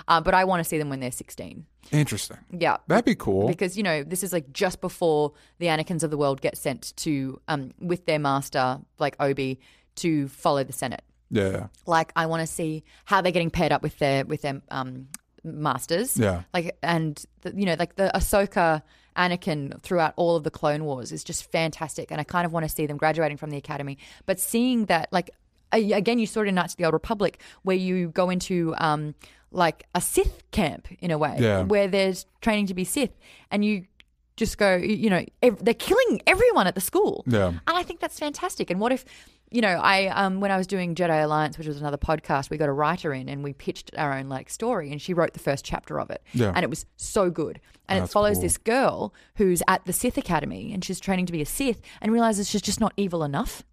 Speaker 2: uh, but I want to see them when they're 16.
Speaker 1: Interesting.
Speaker 2: Yeah.
Speaker 1: That'd be cool.
Speaker 2: because you know this is like just before the Anakin's of the world get sent to um, with their master like Obi to follow the Senate.
Speaker 1: yeah.
Speaker 2: Like I want to see how they're getting paired up with their with their um, masters.
Speaker 1: Yeah.
Speaker 2: Like and the, you know like the Ahsoka Anakin throughout all of the Clone Wars is just fantastic. And I kind of want to see them graduating from the academy. But seeing that, like, a- again, you saw it in Knights of the Old Republic, where you go into um, like a Sith camp in a way,
Speaker 1: Yeah.
Speaker 2: where there's training to be Sith, and you just go, you you know, ev- they're killing everyone at the school.
Speaker 1: Yeah.
Speaker 2: And I think that's fantastic. And what if, you know, I um, when I was doing Jedi Alliance, which was another podcast, we got a writer in and we pitched our own like story, and she wrote the first chapter of it,
Speaker 1: Yeah.
Speaker 2: and it was so good. And
Speaker 1: That's
Speaker 2: it follows
Speaker 1: cool.
Speaker 2: this girl who's at the Sith Academy, and she's training to be a Sith, and realizes she's just not evil enough.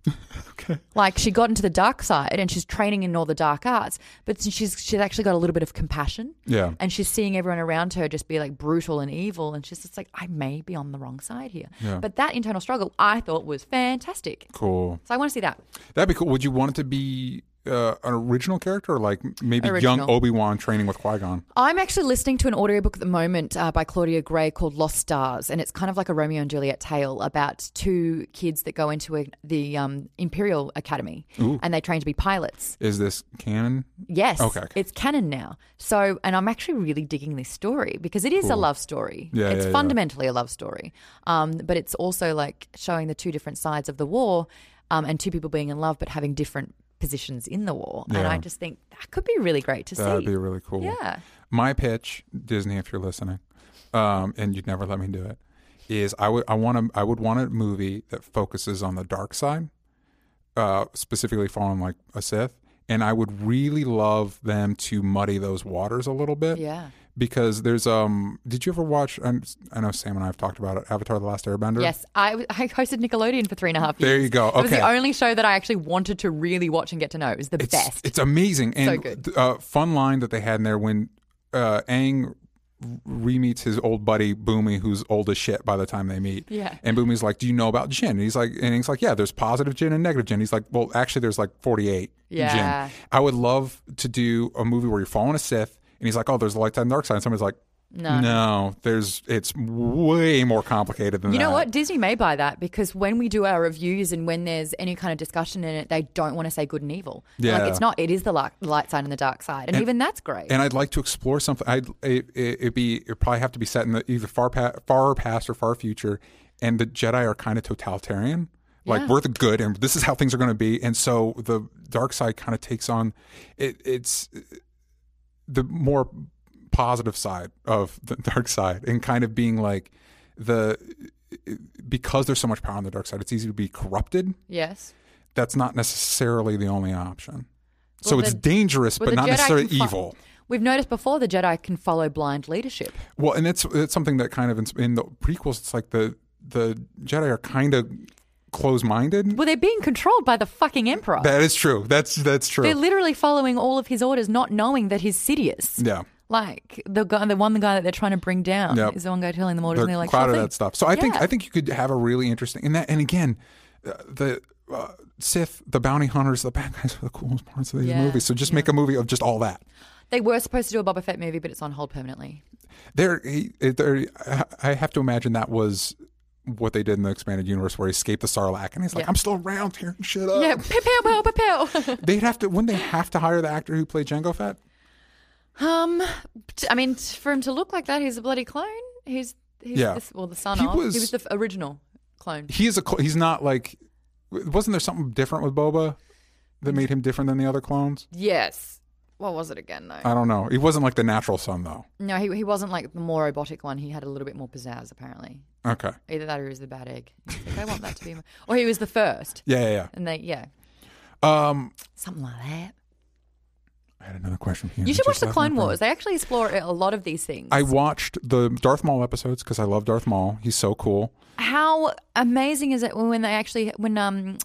Speaker 2: Like she got into the dark side and she's training in all the dark arts, but she's she's actually got a little bit of compassion.
Speaker 1: Yeah.
Speaker 2: And she's seeing everyone around her just be like brutal and evil, and she's just like, I may be on the wrong side here. But that internal struggle I thought was fantastic.
Speaker 1: Cool.
Speaker 2: So I want to see that.
Speaker 1: That'd be cool. Would you want it to be uh, an original character, or like maybe young
Speaker 2: Original.
Speaker 1: Obi Wan training with Qui Gon?
Speaker 2: I'm actually listening to an audiobook at the moment uh, by Claudia Gray called Lost Stars, and it's kind of like a Romeo and Juliet tale about two kids that go into a, the um, Imperial Academy and they train to be pilots.
Speaker 1: Is this canon?
Speaker 2: Yes.
Speaker 1: Okay, okay.
Speaker 2: It's canon now. So, and I'm actually really digging this story because it is a love story.
Speaker 1: Yeah,
Speaker 2: it's
Speaker 1: yeah, yeah.
Speaker 2: fundamentally a love story. Um, but it's also like showing the two different sides of the war um, and two people being in love but having different positions in the war. And
Speaker 1: Yeah.
Speaker 2: I just think that could be really great to
Speaker 1: That'd
Speaker 2: see.
Speaker 1: be really cool.
Speaker 2: yeah.
Speaker 1: My pitch, Disney, if you're listening, um, and you'd never let me do it, is I would I want a, I would want a movie that focuses on the dark side, uh, specifically following like a Sith, and I would really love them to muddy those waters a little bit.
Speaker 2: Yeah.
Speaker 1: Because there's um, did you ever watch? I I know Sam and I have talked about it. Avatar: The Last Airbender.
Speaker 2: Yes, I, I hosted Nickelodeon for three and a half years.
Speaker 1: There you go.
Speaker 2: It was the
Speaker 1: Okay.
Speaker 2: only show that I actually wanted to really watch and get to know. It was the
Speaker 1: It's,
Speaker 2: best.
Speaker 1: It's amazing. And
Speaker 2: So good.
Speaker 1: th- Uh, fun line that they had in there when uh, Aang re-meets his old buddy Boomy, who's old as shit by the time they meet.
Speaker 2: Yeah.
Speaker 1: And Boomy's like, "Do you know about gin?" And he's like, "And he's like, yeah, there's positive gin and negative gin." He's like, "Well, actually, there's like 48
Speaker 2: Yeah.
Speaker 1: gin." I would love to do a movie where you're following a Sith, and he's like, "Oh, there's a light side and dark side." And somebody's like, "No, no, there's it's way more complicated than
Speaker 2: You
Speaker 1: that."
Speaker 2: know what? Disney may buy that because when we do our reviews and when there's any kind of discussion in it, they don't want to say good and evil. They're
Speaker 1: Yeah.
Speaker 2: Like it's not. It is the light, light side and the dark side, and, even that's great.
Speaker 1: and I'd like to explore something. I'd it, it, it'd be it'd probably have to be set in the either far pa- far past or far future, and the Jedi are kind of totalitarian. Like we're the good, and this is how things are going to be. And so the dark side kind of takes on it. It's the more positive side of the dark side, and kind of being like the because there's so much power on the dark side, it's easy to be corrupted.
Speaker 2: yes.
Speaker 1: That's not necessarily the only option. so
Speaker 2: Well,
Speaker 1: it's
Speaker 2: the-
Speaker 1: dangerous,
Speaker 2: Well,
Speaker 1: but
Speaker 2: the
Speaker 1: not
Speaker 2: Jedi
Speaker 1: necessarily
Speaker 2: can fo-
Speaker 1: evil.
Speaker 2: We've noticed before the Jedi can follow blind leadership.
Speaker 1: Well, and it's it's something that kind of in, in the prequels, it's like the the Jedi are kind of close minded.
Speaker 2: Well, they're being controlled by the fucking Emperor.
Speaker 1: That is true. That's that's
Speaker 2: They're
Speaker 1: true.
Speaker 2: literally following all of his orders, not knowing that he's Sidious.
Speaker 1: Yeah,
Speaker 2: Like the guy, the one guy that they're trying to bring down
Speaker 1: Yep.
Speaker 2: is the one guy telling them orders,
Speaker 1: they're
Speaker 2: and they're like,
Speaker 1: proud
Speaker 2: "Sure
Speaker 1: of
Speaker 2: thing."
Speaker 1: that stuff. So I think
Speaker 2: Yeah.
Speaker 1: I think you could have a really interesting and that and again, uh, the uh, Sith, the bounty hunters, the bad guys are the coolest parts of these
Speaker 2: Yeah,
Speaker 1: movies. So just make a movie of just all that.
Speaker 2: They were supposed to do a Boba Fett movie, but it's on hold permanently.
Speaker 1: There, he- there. I- I have to imagine that was what they did in the expanded universe, where he escaped the Sarlacc, and he's like,
Speaker 2: Yeah.
Speaker 1: "I'm still around here, shit up."
Speaker 2: Yeah, pew, pew, pew, pew, pew.
Speaker 1: They'd have to. Wouldn't they have to hire the actor who played Jango Fett?
Speaker 2: Um, t- I mean, t- for him to look like that, he's a bloody clone. He's, he's
Speaker 1: Yeah.
Speaker 2: this, well, the son
Speaker 1: He
Speaker 2: of.
Speaker 1: was-
Speaker 2: he was the f- original clone.
Speaker 1: he is a cl- he's not like wasn't there something different with Boba that made him different than the other clones?
Speaker 2: Yes. What was it again, though?
Speaker 1: I don't know. He wasn't like the natural son though.
Speaker 2: no, he, he wasn't like the more robotic one. He had a little bit more pizzazz, apparently.
Speaker 1: Okay.
Speaker 2: Either that or he was the bad egg. He's like, I want that to be my. Or he was the first.
Speaker 1: Yeah, yeah,
Speaker 2: And they, yeah,
Speaker 1: yeah. Um
Speaker 2: something like that.
Speaker 1: I had another question for you.
Speaker 2: You should
Speaker 1: It
Speaker 2: watch
Speaker 1: just
Speaker 2: The
Speaker 1: left
Speaker 2: Clone
Speaker 1: my brain.
Speaker 2: Wars. They actually explore a lot of these things.
Speaker 1: I watched the Darth Maul episodes because I love Darth Maul. He's so cool.
Speaker 2: How amazing is it when they actually when um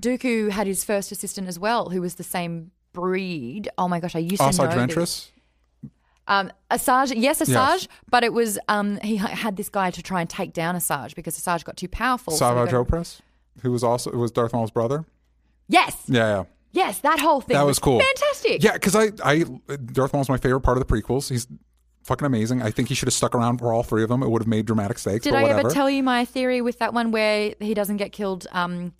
Speaker 2: Dooku had his first assistant as well, who was the same breed. Oh my gosh, I used to
Speaker 1: Asajj
Speaker 2: know this.
Speaker 1: Ventress.
Speaker 2: Um, Asajj, yes, Asajj,
Speaker 1: Yes.
Speaker 2: but it was um, he h- had this guy to try and take down Asajj because Asajj got too powerful. so he
Speaker 1: Savage
Speaker 2: got-
Speaker 1: Opress, who was also was Darth Maul's brother.
Speaker 2: yes,
Speaker 1: Yeah, yeah.
Speaker 2: yes, that whole thing.
Speaker 1: That was cool.
Speaker 2: fantastic.
Speaker 1: Yeah, because I, I Darth Maul's my favorite part of the prequels. He's fucking amazing. I think he should have stuck around for all three of them. It would have made dramatic stakes,
Speaker 2: Did
Speaker 1: but
Speaker 2: I
Speaker 1: whatever.
Speaker 2: ever tell you my theory with that one where he doesn't get killed? Um,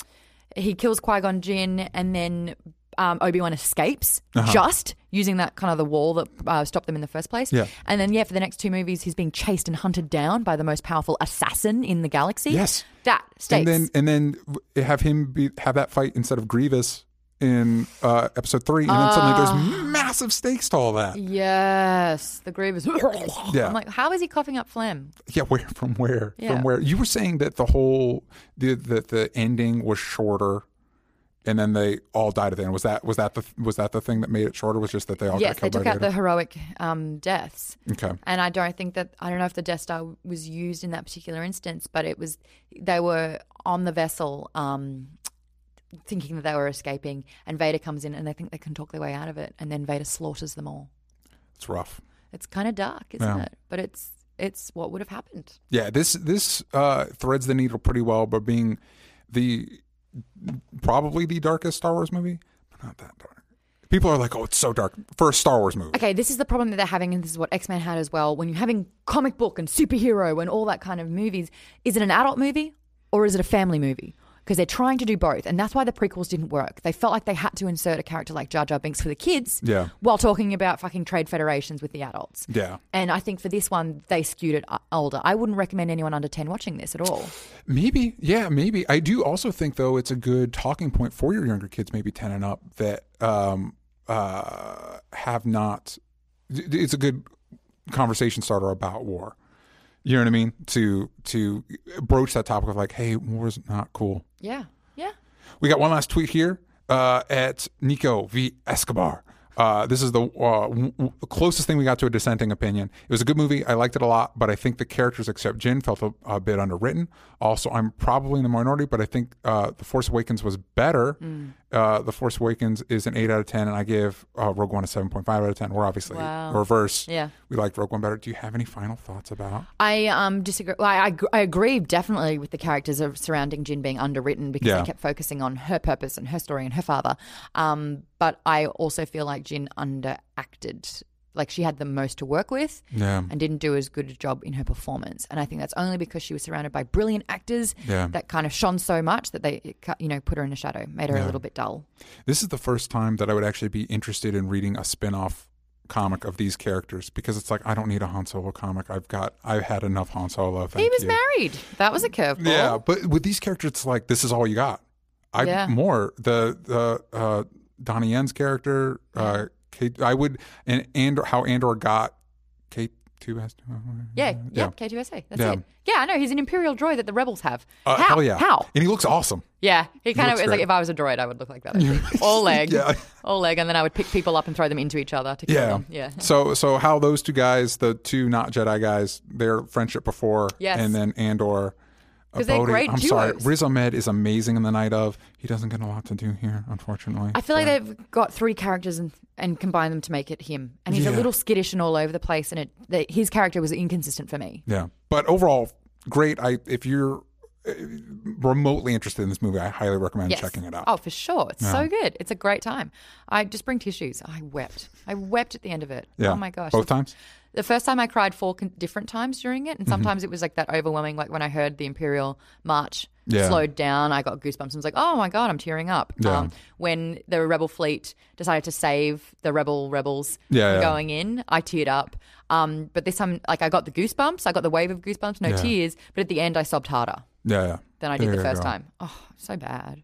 Speaker 1: Uh-huh.
Speaker 2: he kills Qui Gon Jinn, and then um, Obi Wan escapes. Just using that kind of the wall that uh, stopped them in the first place.
Speaker 1: Yeah.
Speaker 2: And then, yeah, for the next two movies, he's being chased and hunted down by the most powerful assassin in the galaxy.
Speaker 1: Yes.
Speaker 2: That states.
Speaker 1: and then and then have him be, have that fight instead of Grievous in uh, episode three, and then suddenly
Speaker 2: Ah.
Speaker 1: there's massive stakes to all that.
Speaker 2: yes. The groove is.
Speaker 1: Yeah.
Speaker 2: I'm like, how is he coughing up phlegm?
Speaker 1: Yeah, where from where
Speaker 2: Yeah.
Speaker 1: from where? You were saying that the whole the that the ending was shorter, and then they all died at the end. Was that was that the was that the thing that made it shorter? Was just that they all
Speaker 2: yes,
Speaker 1: got
Speaker 2: they
Speaker 1: killed
Speaker 2: took
Speaker 1: by
Speaker 2: out the heroic um, deaths.
Speaker 1: the okay.
Speaker 2: And I don't think that I don't know if the Death Star was used in that particular instance, but it was they were on the vessel, um, thinking that they were escaping, and Vader comes in and they think they can talk their way out of it, and then Vader slaughters them all.
Speaker 1: It's rough.
Speaker 2: It's kind of dark, isn't
Speaker 1: Yeah.
Speaker 2: it? But it's it's what would have happened.
Speaker 1: Yeah, this this uh, threads the needle pretty well, but being the probably the darkest Star Wars movie, but not that dark. People are like, "Oh, it's so dark." First Star Wars movie.
Speaker 2: Okay, this is the problem that they're having, and this is what X Men had as well. When you're having comic book and superhero and all that kind of movies, is it an adult movie or is it a family movie? Because they're trying to do both, and that's why the prequels didn't work. They felt like they had to insert a character like Jar Jar Binks for the kids,
Speaker 1: Yeah.
Speaker 2: while talking about fucking trade federations with the adults.
Speaker 1: Yeah.
Speaker 2: And I think for this one, they skewed it uh, older. I wouldn't recommend anyone under ten watching this at all.
Speaker 1: Maybe, yeah, maybe. I do also think though it's a good talking point for your younger kids, maybe ten and up, that um, uh, have not. It's a good conversation starter about war. You know what I mean? To to broach that topic of like, hey, war's not cool.
Speaker 2: Yeah, yeah.
Speaker 1: We got one last tweet here uh, at Nico V. Escobar. Uh, this is the uh, w- w- closest thing we got to a dissenting opinion. It was a good movie. I liked it a lot, but I think the characters, except Jin, felt a, a bit underwritten. Also, I'm probably in the minority, but I think uh, The Force Awakens was better.
Speaker 2: Mm.
Speaker 1: Uh, the Force Awakens is an 8 out of 10, and I give uh, Rogue One a 7.5 out of 10. We're obviously
Speaker 2: Wow.
Speaker 1: reverse.
Speaker 2: Yeah.
Speaker 1: We liked Rogue One better. Do you have any final thoughts about?
Speaker 2: I um disagree. well, I, I I agree definitely with the characters of surrounding Jin being underwritten because
Speaker 1: Yeah.
Speaker 2: they kept focusing on her purpose and her story and her father. Um, but I also feel like Jin underacted. Like she had the most to work with
Speaker 1: Yeah.
Speaker 2: and didn't do as good a job in her performance. And I think that's only because she was surrounded by brilliant actors
Speaker 1: Yeah.
Speaker 2: that kind of shone so much that they it cut- you know put her in a shadow, made her a little bit dull.
Speaker 1: This is the first time that I would actually be interested in reading a spin-off comic of these characters because it's like I don't need a Han Solo comic. I've got I've had enough Han Solo. Thank
Speaker 2: he was
Speaker 1: you.
Speaker 2: married. That was a curveball.
Speaker 1: Yeah, but with these characters, it's like this is all you got. I
Speaker 2: Yeah.
Speaker 1: more the the uh, Donnie Yen's character. Uh, Kate, I would and and how Andor got Kate two uh, has
Speaker 2: Yeah, yeah, K2SA. That's
Speaker 1: Yeah.
Speaker 2: it. Yeah, I know. He's an imperial droid that the rebels have.
Speaker 1: Uh,
Speaker 2: how?
Speaker 1: Hell yeah!
Speaker 2: How?
Speaker 1: And he looks awesome.
Speaker 2: Yeah, he kind of
Speaker 1: looks
Speaker 2: is like
Speaker 1: great.
Speaker 2: if I was a droid, I would look like that. I think. All leg,
Speaker 1: Yeah.
Speaker 2: all leg, and then I would pick people up and throw them into each other to kill
Speaker 1: Yeah.
Speaker 2: them. Yeah,
Speaker 1: So so how those two guys, the two not Jedi guys, their friendship before
Speaker 2: Yes.
Speaker 1: and then Andor. uh,
Speaker 2: 'Cause they're
Speaker 1: Bodhi-
Speaker 2: great
Speaker 1: I'm sorry.
Speaker 2: duos.
Speaker 1: Riz Ahmed is amazing in the night of. He doesn't get a lot to do here, unfortunately.
Speaker 2: I feel like they've got three characters and and combine them to make it him, and he's a
Speaker 1: Yeah.
Speaker 2: little skittish and all over the place, and it the, his character was inconsistent for me.
Speaker 1: yeah. But overall, great. I if you're uh, remotely interested in this movie, I highly recommend
Speaker 2: Yes.
Speaker 1: checking it out.
Speaker 2: Oh, for sure, it's so good. It's a great time. I just bring tissues. I wept. I wept at the end of it.
Speaker 1: yeah.
Speaker 2: Oh my gosh.
Speaker 1: Both
Speaker 2: The-
Speaker 1: times?
Speaker 2: The first time I cried four con- different times during
Speaker 1: Mm-hmm.
Speaker 2: it, and sometimes it was like that overwhelming. Like when I heard the Imperial March
Speaker 1: Yeah.
Speaker 2: slowed down, I got goosebumps and was like, "Oh my god, I'm tearing up." Um,
Speaker 1: Yeah.
Speaker 2: when the Rebel fleet decided to save the Rebel rebels
Speaker 1: Yeah,
Speaker 2: from
Speaker 1: yeah.
Speaker 2: going in, I teared up. Um, but this time, like I got the goosebumps, I got the wave of goosebumps, no
Speaker 1: Yeah.
Speaker 2: tears. But at the end, I sobbed harder
Speaker 1: Yeah. yeah.
Speaker 2: than I did
Speaker 1: There
Speaker 2: the
Speaker 1: you
Speaker 2: first
Speaker 1: go.
Speaker 2: time. Oh, so bad.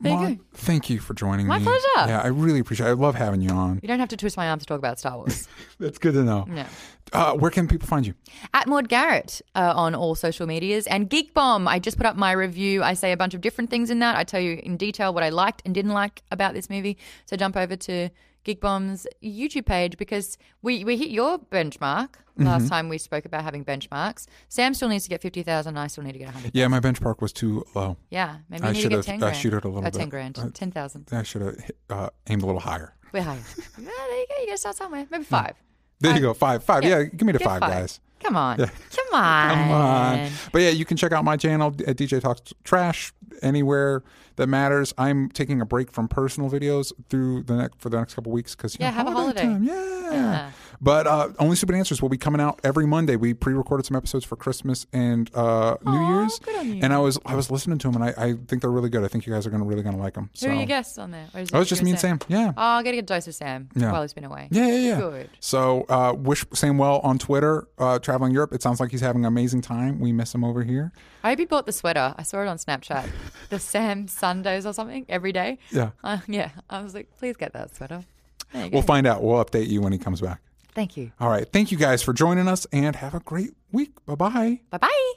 Speaker 1: Maude, Thank you for joining
Speaker 2: My
Speaker 1: me.
Speaker 2: pleasure.
Speaker 1: Yeah, I really appreciate it. I love having you on.
Speaker 2: You don't have to twist my arm to talk about Star Wars.
Speaker 1: That's good to know.
Speaker 2: No.
Speaker 1: Uh, where can people find you?
Speaker 2: at Maud Garrett uh, on all social medias and Geek Bomb. I just put up my review. I say a bunch of different things in that. I tell you in detail what I liked and didn't like about this movie. So jump over to Geek Bomb's YouTube page because we, we hit your benchmark
Speaker 1: Mm-hmm.
Speaker 2: last time we spoke about having benchmarks. Sam still needs to get 50,000. I still need to get 100.
Speaker 1: Yeah, my benchmark was too low.
Speaker 2: Yeah, maybe
Speaker 1: I
Speaker 2: you need to
Speaker 1: should've-
Speaker 2: get 10
Speaker 1: I
Speaker 2: grand.
Speaker 1: should've a little
Speaker 2: Oh, 10
Speaker 1: bit.
Speaker 2: grand.
Speaker 1: I-
Speaker 2: 10,000.
Speaker 1: I should have uh, aimed a little higher.
Speaker 2: We're higher. yeah, there you go. You got to start somewhere. Maybe five.
Speaker 1: There you go. Five. Five. Yeah,
Speaker 2: Yeah.
Speaker 1: give me the
Speaker 2: Get
Speaker 1: five, guys.
Speaker 2: Come on. Come on.
Speaker 1: Come on. But yeah, you can check out my channel at DJ Talks Trash. anywhere that matters. I'm taking a break from personal videos through the next for the next couple weeks because
Speaker 2: Yeah, have a holiday.
Speaker 1: time. Yeah. But uh, only stupid answers will be coming out every Monday. We pre-recorded some episodes for Christmas and uh, New Year's, and I was I was listening to them, and I, I think they're really good. I think you guys are gonna really gonna like them. So.
Speaker 2: Who are your guests on there? Or is it
Speaker 1: Oh, it's
Speaker 2: you
Speaker 1: just me and Sam. Yeah.
Speaker 2: Oh, I'll get a dose of Sam
Speaker 1: Yeah.
Speaker 2: while he's been away.
Speaker 1: Yeah, yeah, yeah.
Speaker 2: Good.
Speaker 1: So, uh, wish Sam well on Twitter, uh, traveling Europe. It sounds like he's having an amazing time. We miss him over here.
Speaker 2: I hope he bought the sweater. I saw it on Snapchat. the Sam Sundays or something every day.
Speaker 1: Yeah.
Speaker 2: Uh, yeah. I was like, please get that sweater. There you go.
Speaker 1: We'll find out. We'll update you when he comes back.
Speaker 2: Thank you.
Speaker 1: All right. Thank you guys for joining us and have a great week. Bye bye.
Speaker 2: Bye bye.